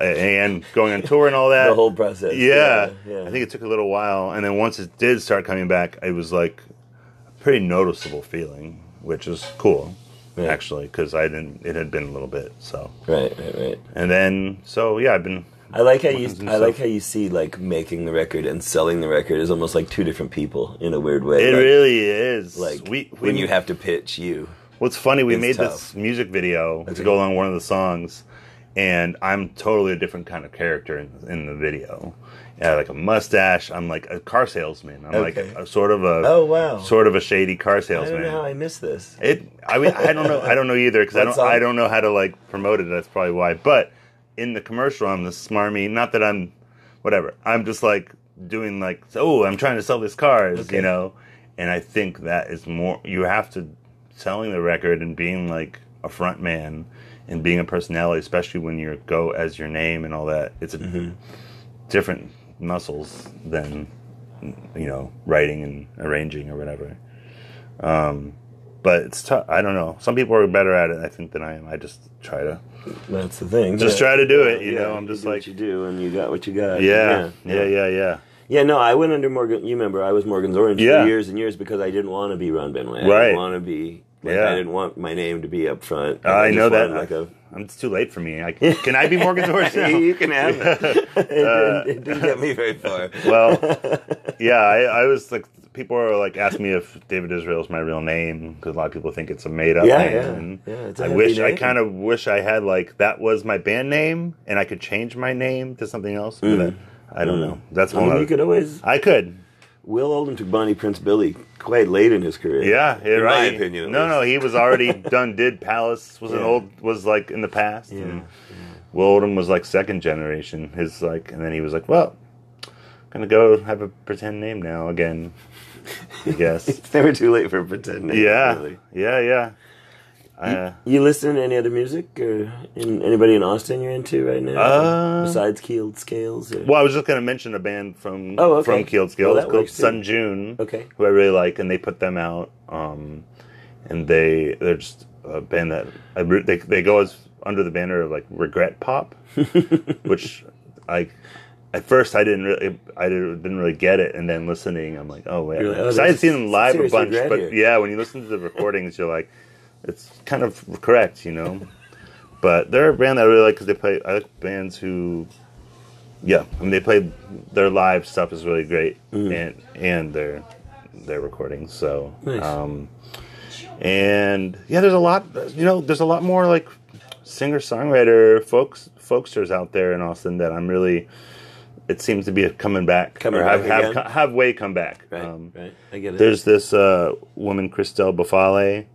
Speaker 2: uh, and going on tour and all that.
Speaker 1: *laughs* The whole process.
Speaker 2: Yeah,
Speaker 1: Yeah, yeah.
Speaker 2: I think it took a little while, and then once it did start coming back, it was like a pretty noticeable feeling, which is cool,
Speaker 1: Yeah.
Speaker 2: actually, because I didn't. It had been a little bit, so
Speaker 1: right, right, right.
Speaker 2: and then so yeah, I've been
Speaker 1: I like how you
Speaker 2: Working
Speaker 1: I like
Speaker 2: stuff.
Speaker 1: how you see like making the record and selling the record is almost like two different people in a weird way.
Speaker 2: It
Speaker 1: like,
Speaker 2: really is.
Speaker 1: like
Speaker 2: we, we
Speaker 1: when you have to pitch you.
Speaker 2: What's funny, we
Speaker 1: It's
Speaker 2: made
Speaker 1: tough.
Speaker 2: this music video
Speaker 1: Okay.
Speaker 2: to go along with one of the songs, and I'm totally a different kind of character in, in the video. Yeah, like a mustache. I'm like a car salesman. I'm
Speaker 1: Okay.
Speaker 2: like a, sort of a
Speaker 1: Oh, wow.
Speaker 2: sort of a shady car
Speaker 1: I don't
Speaker 2: salesman.
Speaker 1: know how I missed this.
Speaker 2: It. I mean, I don't know. I don't know either because I
Speaker 1: What
Speaker 2: don't.
Speaker 1: song?
Speaker 2: I don't know how to like promote it. That's probably why. But in the commercial, I'm the smarmy. Not that I'm, whatever. I'm just like doing like, oh, I'm trying to sell this car, is,
Speaker 1: Okay.
Speaker 2: you know. And I think that is more. You have to selling the record and being like a front man and being a personality, especially when you go as your name and all that. It's a
Speaker 1: Mm-hmm.
Speaker 2: different muscles than you know writing and arranging or whatever. Um, but it's tough. I don't know. Some people are better at it, I think, than I am. I just try to
Speaker 1: That's the thing.
Speaker 2: just
Speaker 1: yeah.
Speaker 2: try to do it. You
Speaker 1: Yeah,
Speaker 2: know, I'm just
Speaker 1: do
Speaker 2: like,
Speaker 1: what you do and you got what you got.
Speaker 2: yeah, yeah, yeah, yeah.
Speaker 1: Yeah, no, I went under Morgan. You remember, I was Morgan's Orange
Speaker 2: Yeah.
Speaker 1: for years and years because I didn't want to be Ron Benway. I
Speaker 2: Right.
Speaker 1: didn't want to be. Like,
Speaker 2: Yeah.
Speaker 1: I didn't want my name to be up front.
Speaker 2: I
Speaker 1: just
Speaker 2: know that.
Speaker 1: wanted, Like
Speaker 2: *laughs*
Speaker 1: a,
Speaker 2: I'm, it's too late for me. I, can
Speaker 1: *laughs*
Speaker 2: I be Morgan George now?
Speaker 1: you can have *laughs* it. it, didn't, it
Speaker 2: Uh,
Speaker 1: didn't get me very
Speaker 2: *laughs*
Speaker 1: far. *laughs*
Speaker 2: well, yeah, I, I was like, people are like asking me if David Israel's my real name because a lot of people think it's a made up
Speaker 1: Yeah,
Speaker 2: name.
Speaker 1: yeah.
Speaker 2: And
Speaker 1: Yeah, it's a
Speaker 2: I
Speaker 1: heavy
Speaker 2: wish I
Speaker 1: name.
Speaker 2: kind of wish I had like that was my band name and I could change my name to something else. But I don't know. That's
Speaker 1: Mm. I
Speaker 2: one.
Speaker 1: mean, you could always.
Speaker 2: I could.
Speaker 1: Will Oldham took Bonnie Prince Billy quite late in his career. *laughs*
Speaker 2: Yeah, yeah,
Speaker 1: in
Speaker 2: right.
Speaker 1: my opinion. at
Speaker 2: no, no,
Speaker 1: least.
Speaker 2: he
Speaker 1: *laughs*
Speaker 2: was already done. Did Palace was an
Speaker 1: Yeah.
Speaker 2: old was like in the past.
Speaker 1: Yeah,
Speaker 2: And Will Oldham was like second generation. His like, and then he was like, well, gonna go have a pretend name now again.
Speaker 1: *laughs*
Speaker 2: I guess.
Speaker 1: It's never too late for pretending.
Speaker 2: yeah,
Speaker 1: really.
Speaker 2: yeah, yeah. Uh,
Speaker 1: You listen to any other music or in, anybody in Austin you're into right now?
Speaker 2: Uh,
Speaker 1: Besides Keeled Scales? Or,
Speaker 2: well, I was just gonna mention a band from
Speaker 1: Oh, okay.
Speaker 2: from Keeled
Speaker 1: Well,
Speaker 2: Skills
Speaker 1: that
Speaker 2: called
Speaker 1: works, too.
Speaker 2: Sun June.
Speaker 1: Okay.
Speaker 2: who I really like, and they put them out. Um, and they they're just a band that I root-
Speaker 1: *laughs*
Speaker 2: they they go as under the banner of like regret pop, which I at first I didn't really I didn't didn't really get it, and then listening, I'm like, oh wait,
Speaker 1: You're like, oh,
Speaker 2: because I
Speaker 1: this
Speaker 2: had seen them
Speaker 1: is
Speaker 2: live a
Speaker 1: seriously
Speaker 2: bunch,
Speaker 1: great
Speaker 2: but
Speaker 1: here.
Speaker 2: yeah, when you listen to the recordings, you're like, it's kind of correct, you know. but they're a band that I really like because they play. I like bands who, yeah, I mean they play their live stuff is really great,
Speaker 1: Mm.
Speaker 2: and and their their recordings. So
Speaker 1: Nice.
Speaker 2: um, and yeah, there's a lot. You know, there's a lot more like singer songwriter folks folksters out there in Austin that I'm really. It seems to be coming back,
Speaker 1: Coming
Speaker 2: or have
Speaker 1: back
Speaker 2: have,
Speaker 1: again?
Speaker 2: co- have way come back.
Speaker 1: Right,
Speaker 2: Um,
Speaker 1: right. I get it.
Speaker 2: There's this uh, woman, Christelle Bafale.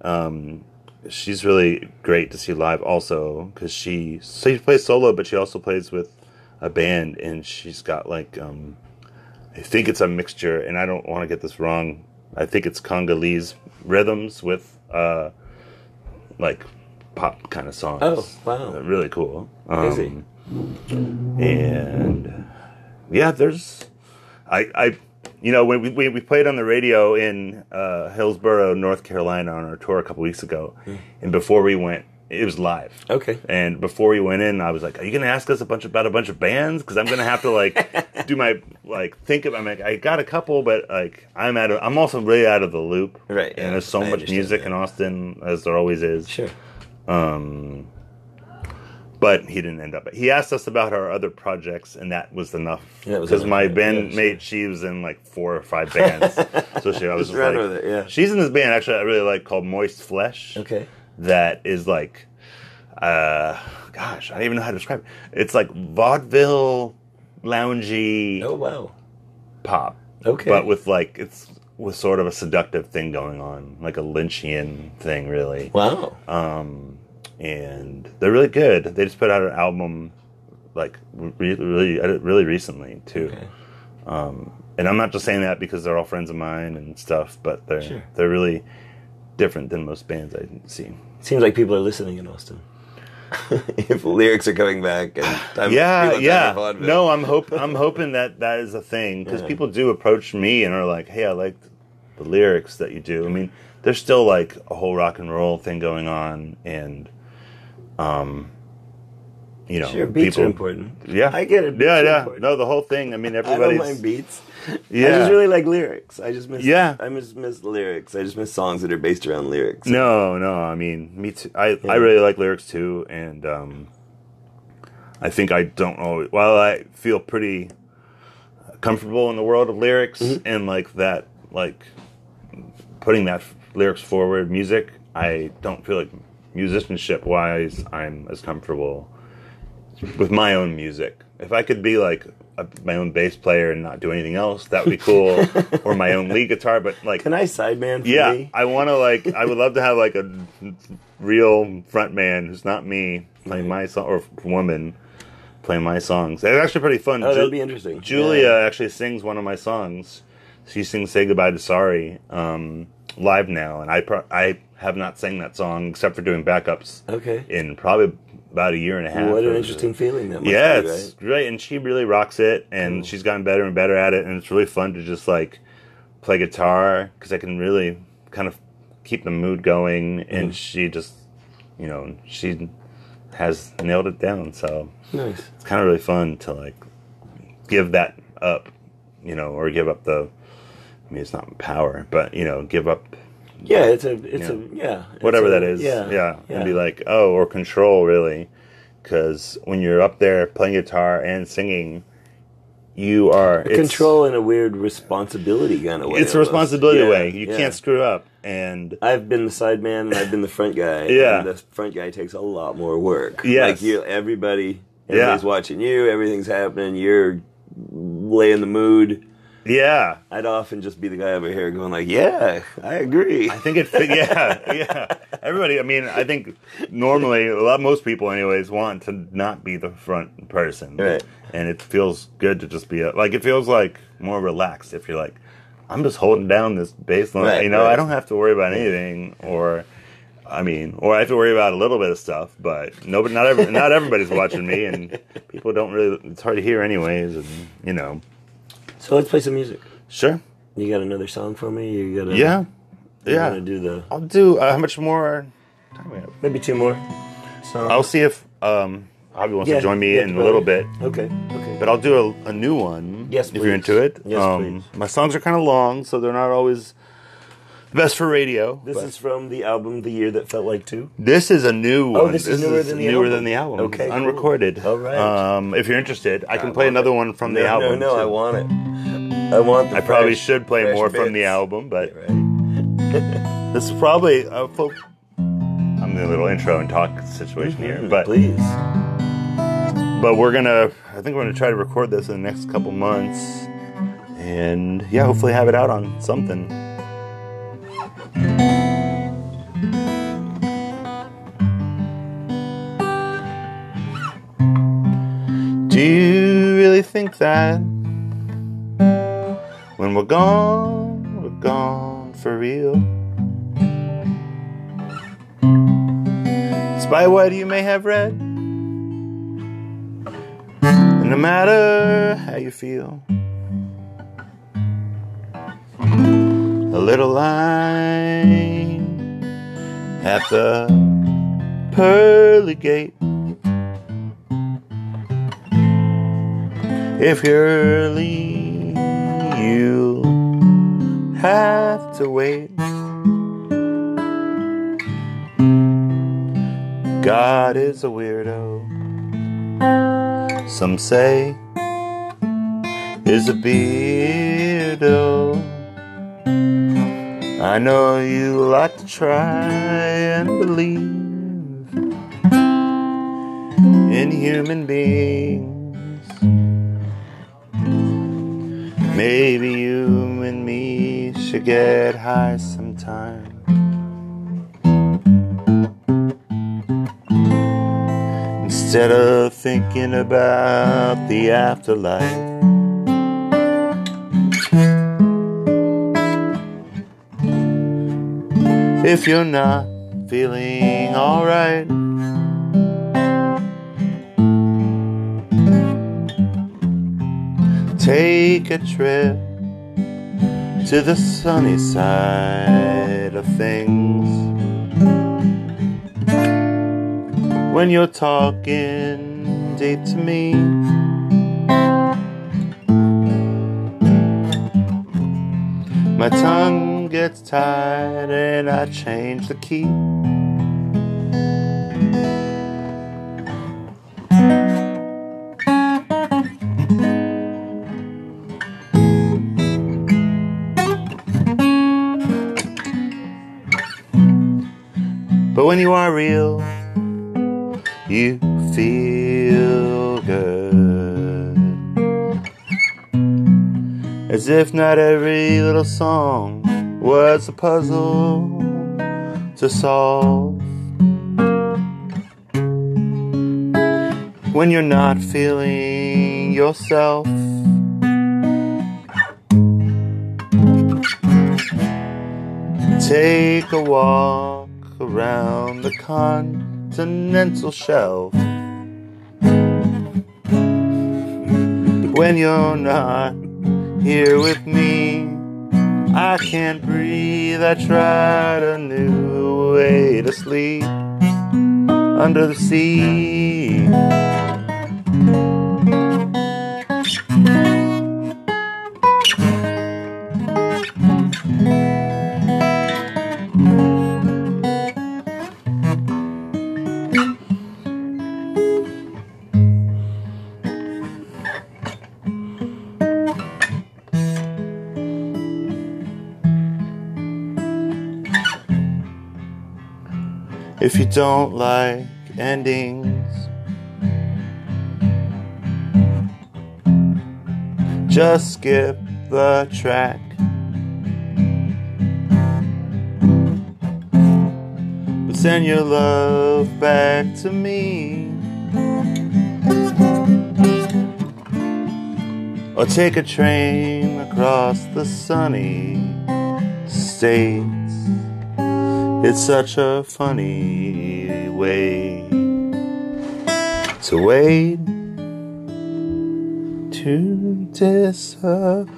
Speaker 2: Um, she's really great to see live, also because she so she plays solo, but she also plays with a band, and she's got like um, I think it's a mixture, and I don't want to get this wrong. I think it's Congolese rhythms with uh, like pop kind of songs.
Speaker 1: Oh, wow.
Speaker 2: Uh, really cool.
Speaker 1: Crazy.
Speaker 2: Um, and yeah, there's I I you know when we we, we played on the radio in uh, Hillsboro, North Carolina, on our tour a couple weeks ago,
Speaker 1: Hmm.
Speaker 2: and before we went, it was live.
Speaker 1: okay.
Speaker 2: And before we went in, I was like, "Are you going to ask us a bunch about a bunch of bands? Because I'm going to have
Speaker 1: *laughs*
Speaker 2: to like do my like think of. I'm like, I got a couple, but like I'm out of. I'm also really out of the loop.
Speaker 1: Right,
Speaker 2: And
Speaker 1: yeah,
Speaker 2: there's so
Speaker 1: I
Speaker 2: much
Speaker 1: understand
Speaker 2: music
Speaker 1: that.
Speaker 2: in Austin as there always is.
Speaker 1: Sure.
Speaker 2: But he didn't end up. He asked us about our other projects, and that was enough.
Speaker 1: That was
Speaker 2: Because
Speaker 1: enough,
Speaker 2: my
Speaker 1: yeah,
Speaker 2: bandmate,
Speaker 1: yeah, sure.
Speaker 2: she was in like four or five
Speaker 1: *laughs*
Speaker 2: bands. so she, I was just,
Speaker 1: ran
Speaker 2: like,
Speaker 1: with it, yeah.
Speaker 2: she's in this band actually I really like called Moist Flesh.
Speaker 1: Okay.
Speaker 2: that is like uh gosh i don't even know how to describe it it's like vaudeville loungy
Speaker 1: Oh wow.
Speaker 2: pop
Speaker 1: Okay.
Speaker 2: but with like it's with sort of a seductive thing going on like a lynchian thing really
Speaker 1: wow.
Speaker 2: Um, and they're really good they just put out an album like re- really uh, really recently too
Speaker 1: Okay.
Speaker 2: and i'm not just saying that because they're all friends of mine and stuff but they're
Speaker 1: Sure.
Speaker 2: they're really different than most bands i see
Speaker 1: Seems like people are listening in Austin. *laughs* if lyrics are coming back and time people are
Speaker 2: yeah,
Speaker 1: back in
Speaker 2: yeah.
Speaker 1: vaudeville.
Speaker 2: No, I'm hope I'm hoping that that is a thing because
Speaker 1: Yeah.
Speaker 2: people do approach me and are like, "Hey, I like the lyrics that you do." I mean, there's still like a whole rock and roll thing going on, and um, you know,
Speaker 1: sure, beats
Speaker 2: people,
Speaker 1: are important.
Speaker 2: Yeah,
Speaker 1: I get it. Beats
Speaker 2: Yeah,
Speaker 1: are
Speaker 2: yeah.
Speaker 1: important.
Speaker 2: No, the whole thing. I mean,
Speaker 1: I don't
Speaker 2: everybody's.
Speaker 1: mind beats.
Speaker 2: yeah.
Speaker 1: I just really like lyrics. I just miss.
Speaker 2: Yeah.
Speaker 1: I just miss lyrics. I just miss songs that are based around lyrics.
Speaker 2: No, no. I mean, me too. I I really like lyrics too, and um, I think I don't always. While I feel pretty comfortable in the world of lyrics and like that, like putting that f- lyrics forward, music. I don't feel like musicianship wise, I'm as comfortable with my own music. If I could be like a, my own bass player and not do anything else, that would be cool. or my own lead guitar, but like
Speaker 1: Can I sideman for
Speaker 2: yeah,
Speaker 1: me?
Speaker 2: I want to like. I would love to have like a real front man who's not me playing my song or woman playing my songs. It's actually pretty fun.
Speaker 1: Oh,
Speaker 2: Ju-
Speaker 1: that'd be interesting.
Speaker 2: Julia
Speaker 1: Yeah.
Speaker 2: actually sings one of my songs. She sings "Say Goodbye to Sorry" um, live now, and I pro- I have not sang that song except for doing backups
Speaker 1: Okay.
Speaker 2: in probably about a year and a half.
Speaker 1: Oh. What
Speaker 2: or-
Speaker 1: an interesting feeling that must
Speaker 2: yeah,
Speaker 1: be,
Speaker 2: it's
Speaker 1: right?
Speaker 2: great, and she really rocks it, and she's gotten better and better at it, and it's really fun to just like play guitar because I can really kind of keep the mood going, and she just, you know, she has nailed it down. So
Speaker 1: Nice.
Speaker 2: it's kind of really fun to like give that up, you know, or give up the. I mean, it's not power, but you know, give up
Speaker 1: Yeah, it's a, it's
Speaker 2: Yeah.
Speaker 1: a, yeah, it's
Speaker 2: whatever
Speaker 1: a-
Speaker 2: that is. yeah, and be like, oh, or control really, because when you're up there playing guitar and singing, you are it's-
Speaker 1: control in a weird responsibility kind of way.
Speaker 2: It's a
Speaker 1: almost.
Speaker 2: responsibility
Speaker 1: Yeah,
Speaker 2: way. You
Speaker 1: yeah.
Speaker 2: can't screw up, and
Speaker 1: I've been the side man and I've been the front guy.
Speaker 2: *laughs* Yeah.
Speaker 1: and the front guy takes a lot more work.
Speaker 2: Yes.
Speaker 1: like you, everybody, everybody's
Speaker 2: Yeah.
Speaker 1: watching you. Everything's happening. You're laying the mood.
Speaker 2: yeah,
Speaker 1: I'd often just be the guy over here going like, "Yeah, I agree."
Speaker 2: I think it. fit- Yeah, yeah. Everybody. I mean, I think normally a lot most people, anyways, want to not be the front person,
Speaker 1: Right.
Speaker 2: And it feels good to just be a, like it feels like more relaxed if you're like, I'm just holding down this baseline.
Speaker 1: Right,
Speaker 2: you know,
Speaker 1: right.
Speaker 2: I don't have to worry about anything, or I mean, or I have to worry about a little bit of stuff, but nobody, not every, not everybody's watching me, and people don't really. It's hard to hear, anyways, and you know,
Speaker 1: So let's play some music.
Speaker 2: sure,
Speaker 1: You got another song for me? You got to
Speaker 2: yeah,
Speaker 1: You
Speaker 2: yeah.
Speaker 1: to do the
Speaker 2: I'll do. Uh, how much more time we have?
Speaker 1: maybe two more. songs.
Speaker 2: I'll see if um, Hobby wants
Speaker 1: Yeah,
Speaker 2: to join me
Speaker 1: yeah,
Speaker 2: in a
Speaker 1: totally.
Speaker 2: little bit,
Speaker 1: Okay. Okay.
Speaker 2: but I'll do a, a new one.
Speaker 1: Yes,
Speaker 2: if you're
Speaker 1: please.
Speaker 2: into it. Um,
Speaker 1: Yes, please.
Speaker 2: My songs are kind of long, so they're not always the best for radio.
Speaker 1: this
Speaker 2: but-
Speaker 1: is from the album "The Year That Felt Like Two.
Speaker 2: This is a new one.
Speaker 1: Oh, this is newer than the
Speaker 2: newer
Speaker 1: album.
Speaker 2: than the album.
Speaker 1: Okay,
Speaker 2: It's
Speaker 1: cool.
Speaker 2: unrecorded.
Speaker 1: All right.
Speaker 2: Um, if you're interested, I can play another one from
Speaker 1: No,
Speaker 2: the album.
Speaker 1: no, no,
Speaker 2: too.
Speaker 1: I want it. I want. The
Speaker 2: I probably should play more from the album, but this is probably a fo- I'm doing a little intro and talk situation here, but
Speaker 1: Mm-hmm, please.
Speaker 2: but we're gonna. I think we're gonna try to record this in the next couple months, and yeah, hopefully have it out on something. Do you really think that when we're gone, we're gone for real? Despite what you may have read, no matter how you feel. A little line at the pearly gate. If you're early, you'll have to wait. God is a weirdo some say is a beardo. I know you like to try and believe in human beings. Maybe you and me should get high sometime. Instead of thinking about the afterlife, if you're not feeling alright, take a trip to the sunny side of things. when you're talking deep to me. My tongue gets tired and I change the key. But when you are real, you feel good. As if not every little song was a puzzle to solve. When you're not feeling yourself, Take a walk around the continental shelf. When you're not here with me, I can't breathe. I tried a new way to sleep under the sea. If you don't like endings, just skip the track. But send your love back to me. Or take a train across the sunny states. It's such a funny way to wait to disappear.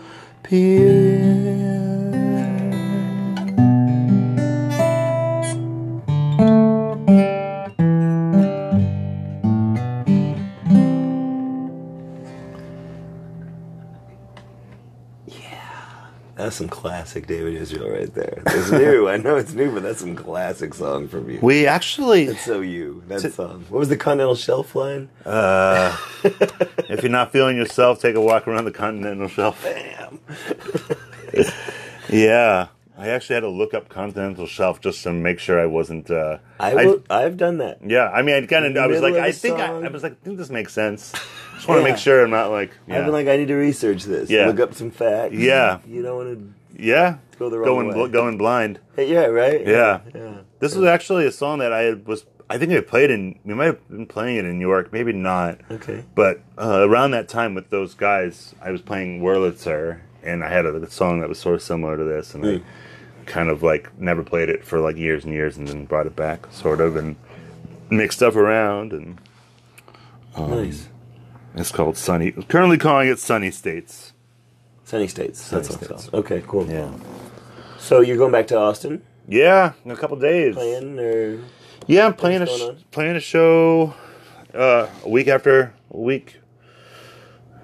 Speaker 1: That's some classic David Israel right there. It's new. I know it's new, but that's some classic song from you.
Speaker 2: We actually,
Speaker 1: so you. That song. What was the Continental Shelf line?
Speaker 2: if you're not feeling yourself, take a walk around the continental shelf.
Speaker 1: Damn.
Speaker 2: Yeah, I actually had to look up continental shelf just to make sure I wasn't. Uh,
Speaker 1: I will, I, have done that.
Speaker 2: yeah, I mean, I kind of, I was
Speaker 1: Middle
Speaker 2: like,
Speaker 1: of
Speaker 2: I
Speaker 1: the
Speaker 2: think, I,
Speaker 1: song.
Speaker 2: I was like, I think this makes sense. Just want to
Speaker 1: Yeah.
Speaker 2: make sure I'm not like, yeah,
Speaker 1: I've been like, I need to research this.
Speaker 2: Yeah.
Speaker 1: Look up some facts.
Speaker 2: Yeah.
Speaker 1: You don't want
Speaker 2: yeah,
Speaker 1: Go the wrong
Speaker 2: going,
Speaker 1: way.
Speaker 2: bl- going blind.
Speaker 1: to. *laughs* Yeah, right?
Speaker 2: Yeah.
Speaker 1: Yeah.
Speaker 2: This was actually a song that I was. I think I played in. We might have been playing it in New York, maybe not.
Speaker 1: Okay.
Speaker 2: But uh, around that time with those guys, I was playing Wurlitzer, and I had a, song that was sort of similar to this, and
Speaker 1: Mm.
Speaker 2: I kind of like never played it for like years and years, and then brought it back, sort of, and mixed stuff around, and
Speaker 1: nice.
Speaker 2: it's called Sunny. Currently calling it Sunny States.
Speaker 1: Sunny States. that's what it's
Speaker 2: States.
Speaker 1: called. Okay, cool. So you're going back to Austin
Speaker 2: Yeah, in a couple days.
Speaker 1: playing or
Speaker 2: Yeah, I'm playing a
Speaker 1: going
Speaker 2: sh-
Speaker 1: on?
Speaker 2: playing a show uh, a week after a week,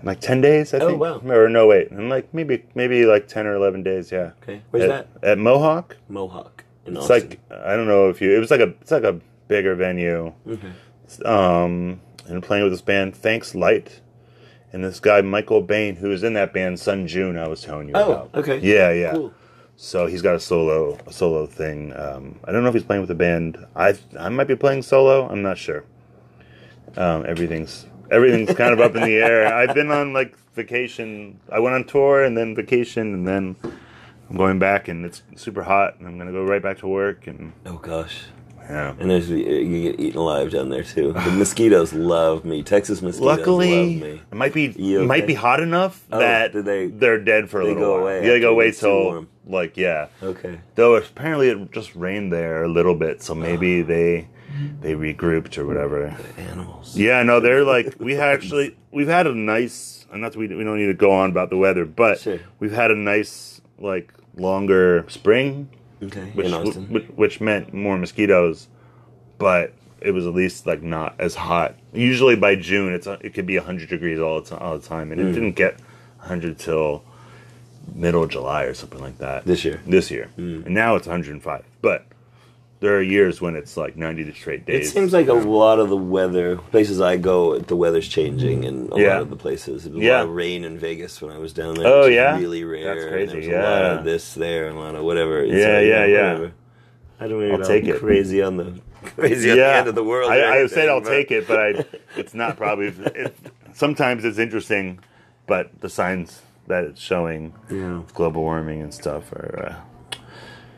Speaker 2: like ten days. I
Speaker 1: Oh,
Speaker 2: think.
Speaker 1: wow.
Speaker 2: Or no, wait, and like maybe maybe like ten or eleven days. Yeah.
Speaker 1: Okay. Where's
Speaker 2: at, that? At Mohawk.
Speaker 1: Mohawk in
Speaker 2: It's
Speaker 1: Austin?
Speaker 2: like I don't know if you. It was like a it's like a bigger venue.
Speaker 1: Mm-hmm.
Speaker 2: Um, and playing with this band, Thanks Light, and this guy Michael Bain, who was in that band Sun June. I was telling you
Speaker 1: oh,
Speaker 2: about.
Speaker 1: okay.
Speaker 2: Yeah, yeah.
Speaker 1: Cool.
Speaker 2: So he's got a solo a solo thing. Um, I don't know if he's playing with a band. I I might be playing solo. I'm not sure. Um, everything's everything's kind of up in the air. I've been on like vacation. I went on tour and then vacation and then I'm going back and it's super hot and I'm gonna go right back to work and
Speaker 1: Oh, gosh.
Speaker 2: yeah.
Speaker 1: And there's you get eaten alive down there too.
Speaker 2: *laughs*
Speaker 1: The mosquitoes love me. Texas mosquitoes love
Speaker 2: Luckily,
Speaker 1: me.
Speaker 2: it might be
Speaker 1: You okay?
Speaker 2: might be hot enough that
Speaker 1: did they-
Speaker 2: they're dead for a
Speaker 1: they
Speaker 2: little
Speaker 1: go
Speaker 2: while.
Speaker 1: away
Speaker 2: yeah, they
Speaker 1: after
Speaker 2: go
Speaker 1: it
Speaker 2: away
Speaker 1: gets too
Speaker 2: till
Speaker 1: warm.
Speaker 2: like yeah.
Speaker 1: Okay.
Speaker 2: Though apparently it just rained there a little bit, so maybe
Speaker 1: Ah.
Speaker 2: they they regrouped or whatever.
Speaker 1: Animals.
Speaker 2: Yeah, no, they're like
Speaker 1: *laughs*
Speaker 2: we had actually we've had a nice. and Not that we we don't need to go on about the weather, but
Speaker 1: Sure.
Speaker 2: we've had a nice like longer spring,
Speaker 1: Okay.
Speaker 2: which
Speaker 1: in Austin.
Speaker 2: which, which meant more mosquitoes, but it was at least like not as hot. Usually by June, it's it could be hundred degrees all the, ti- all the time,
Speaker 1: Hmm.
Speaker 2: and it didn't get hundred till middle of July or something like that
Speaker 1: This year.
Speaker 2: this year.
Speaker 1: Mm.
Speaker 2: And now it's 105. But there are years when it's like 90 to straight
Speaker 1: It
Speaker 2: days.
Speaker 1: seems like a lot of the weather places I go, the weather's changing, and a
Speaker 2: Yeah.
Speaker 1: lot of the places. There was a
Speaker 2: Yeah.
Speaker 1: lot of rain in Vegas when I was down there.
Speaker 2: Oh,
Speaker 1: which is
Speaker 2: yeah?
Speaker 1: really rare.
Speaker 2: That's
Speaker 1: and
Speaker 2: crazy,
Speaker 1: There was a lot
Speaker 2: yeah.
Speaker 1: of this there and a lot of whatever. and
Speaker 2: Yeah, yeah, yeah.
Speaker 1: whatever. I don't really
Speaker 2: I'll
Speaker 1: know.
Speaker 2: take it.
Speaker 1: Crazy on the *laughs* crazy on the end of the world. or
Speaker 2: I, I said
Speaker 1: anything,
Speaker 2: I'll
Speaker 1: but-
Speaker 2: take it, but I, it's not probably. It, sometimes it's interesting, but the signs that it's showing
Speaker 1: Yeah.
Speaker 2: of global warming and stuff are,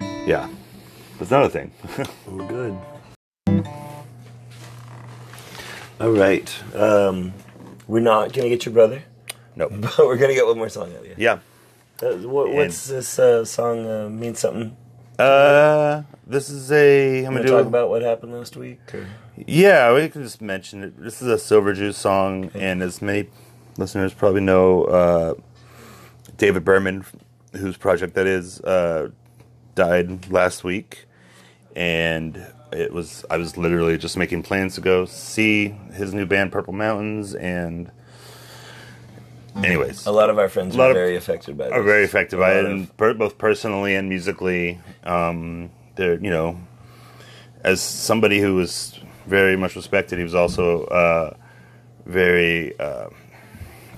Speaker 2: uh, yeah. That's another thing.
Speaker 1: Well, good. All right. Um, we're not gonna get your brother, *laughs*
Speaker 2: no.
Speaker 1: but we're gonna get one more song out of you.
Speaker 2: *laughs* Yeah.
Speaker 1: Uh, what, what's this uh, song uh, mean something?
Speaker 2: Uh, this is a.
Speaker 1: Want
Speaker 2: I'm gonna
Speaker 1: to
Speaker 2: do
Speaker 1: talk
Speaker 2: a,
Speaker 1: about what happened last week? Or?
Speaker 2: Yeah, we can just mention it. This is a Silver Jews song, and as many listeners probably know, uh, David Berman, whose project that is, uh, died last week, and it was I was literally just making plans to go see his new band Purple Mountains, and anyways,
Speaker 1: A lot of our friends
Speaker 2: lot
Speaker 1: were
Speaker 2: of-
Speaker 1: very affected by this.
Speaker 2: are very effective by it,
Speaker 1: lot
Speaker 2: and per- both personally and musically. Um, they're you know, as somebody who was very much respected, he was also uh, very uh,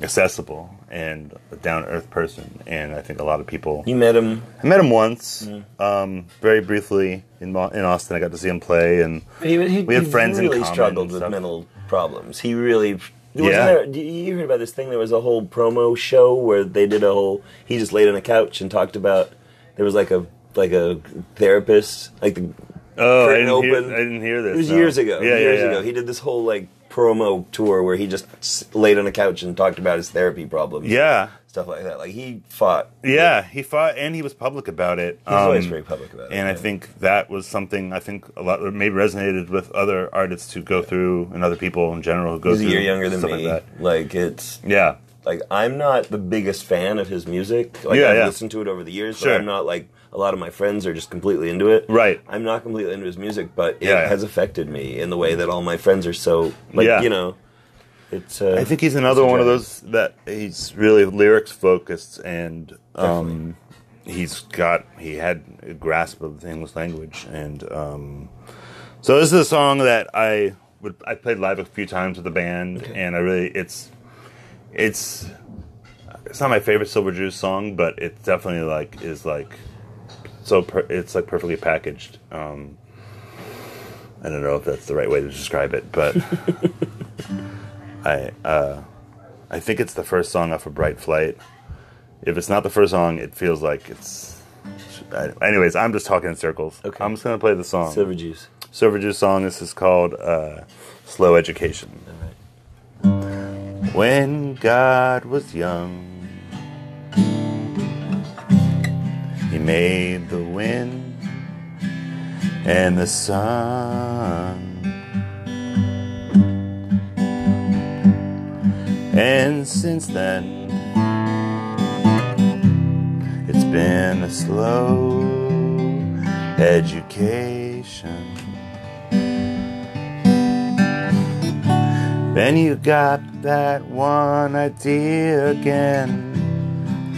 Speaker 2: accessible and a down to earth person, and I think a lot of people.
Speaker 1: You met him.
Speaker 2: I met him once, um, very briefly in Mo- in Austin. I got to see him play, and
Speaker 1: He, he,
Speaker 2: We had
Speaker 1: he
Speaker 2: friends in
Speaker 1: really
Speaker 2: common
Speaker 1: struggled
Speaker 2: and
Speaker 1: with
Speaker 2: stuff.
Speaker 1: mental problems. He really. Wasn't
Speaker 2: Yeah.
Speaker 1: there, you- you heard about this thing? There was a whole promo show where they did a whole. He just laid on a couch and talked about. There was like a like a therapist, like the
Speaker 2: oh, I
Speaker 1: curtain
Speaker 2: didn't, hear,
Speaker 1: open.
Speaker 2: I didn't hear this.
Speaker 1: It was
Speaker 2: no.
Speaker 1: years ago.
Speaker 2: Yeah,
Speaker 1: years
Speaker 2: yeah, yeah.
Speaker 1: ago. He did this whole like promo tour where he just s- laid on a couch and talked about his therapy problems.
Speaker 2: yeah,
Speaker 1: Stuff like that. Like he fought.
Speaker 2: yeah. He fought, and he was public about it.
Speaker 1: He was always
Speaker 2: Um,
Speaker 1: very public about it.
Speaker 2: and I
Speaker 1: yeah.
Speaker 2: think that was something I think a lot maybe resonated with other artists who go through and other people in general who go
Speaker 1: he's a
Speaker 2: through
Speaker 1: year younger than
Speaker 2: stuff
Speaker 1: me.
Speaker 2: Like
Speaker 1: like it's
Speaker 2: that. Yeah,
Speaker 1: like I'm not the biggest fan of his music. Like
Speaker 2: Yeah,
Speaker 1: I've
Speaker 2: yeah.
Speaker 1: listened to it over the years,
Speaker 2: Sure.
Speaker 1: but I'm not like a lot of my friends are just completely into it.
Speaker 2: Right.
Speaker 1: I'm not completely into his music, but it
Speaker 2: Yeah, yeah.
Speaker 1: has affected me in the way that all my friends are so like
Speaker 2: Yeah.
Speaker 1: you know. It's uh,
Speaker 2: I think he's another
Speaker 1: it's a
Speaker 2: one of
Speaker 1: drag.
Speaker 2: those that he's really lyrics focused and um, he's got he had a grasp of the English language, and um, so this is a song that I would I played live a few times with the band, and I really it's it's it's not my favorite Silver Jews song, but it's definitely like is like so per, it's like perfectly packaged. Um, I don't know if that's the right way to describe it, but I uh, I think it's the first song off of Bright Flight. If it's not the first song, it feels like it's. I- Anyways, I'm just talking in circles.
Speaker 1: Okay.
Speaker 2: I'm just gonna play the song.
Speaker 1: Silver Juice.
Speaker 2: Silver Juice song. This is called uh, Slow Education. When God was young, He made the wind and the sun. And since then, it's been a slow education. Then you got that one idea again.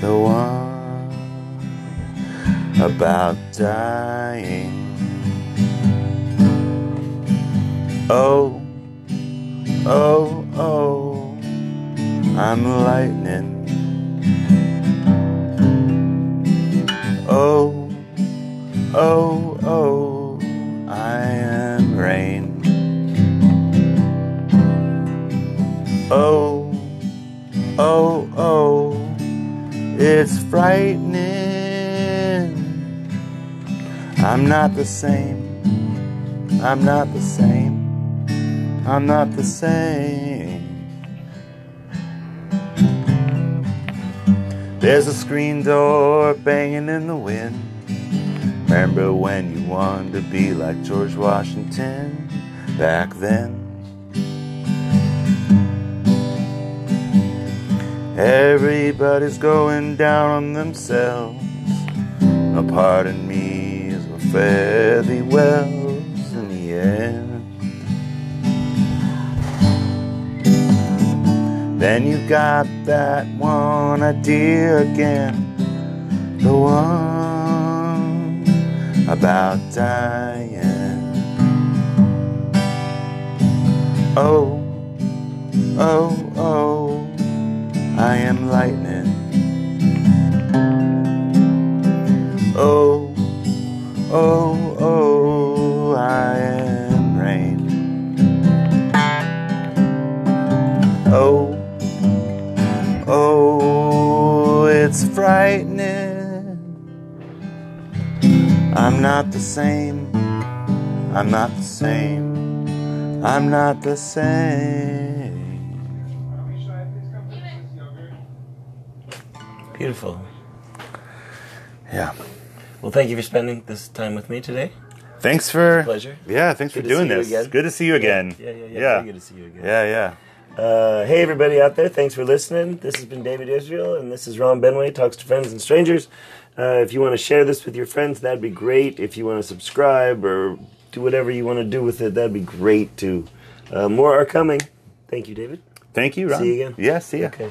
Speaker 2: The one about dying. Oh, oh, oh, I'm lightning. Oh, oh, oh, I am rain. Oh, oh, oh, it's frightening. I'm not the same. I'm not the same. I'm not the same. There's a screen door banging in the wind. Remember when you wanted to be like George Washington back then? Everybody's going down on themselves. Now, pardon me as I fare thee wells in the end. Then you got that one idea again, the one about dying. Oh, oh, oh. I am lightning. Oh, oh, oh, I am rain. Oh, oh, it's frightening. I'm not the same. I'm not the same. I'm not the same.
Speaker 1: Beautiful.
Speaker 2: Yeah.
Speaker 1: Well, thank you for spending this time with me today.
Speaker 2: Thanks for
Speaker 1: pleasure.
Speaker 2: Yeah, thanks
Speaker 1: Good
Speaker 2: for
Speaker 1: to
Speaker 2: doing
Speaker 1: see you
Speaker 2: this.
Speaker 1: again.
Speaker 2: Good to see you again.
Speaker 1: Yeah, yeah, yeah.
Speaker 2: Yeah,
Speaker 1: Very good to see you again.
Speaker 2: yeah. yeah.
Speaker 1: Uh, hey, everybody out there. Thanks for listening. This has been David Israel, and this is Ron Benway, Talks to Friends and Strangers. Uh, if you want to share this with your friends, that'd be great. If you want to subscribe or do whatever you want to do with it, that'd be great too. Uh, more are coming. Thank you, David.
Speaker 2: Thank you, Ron.
Speaker 1: See you again.
Speaker 2: Yeah, see ya.
Speaker 1: Okay.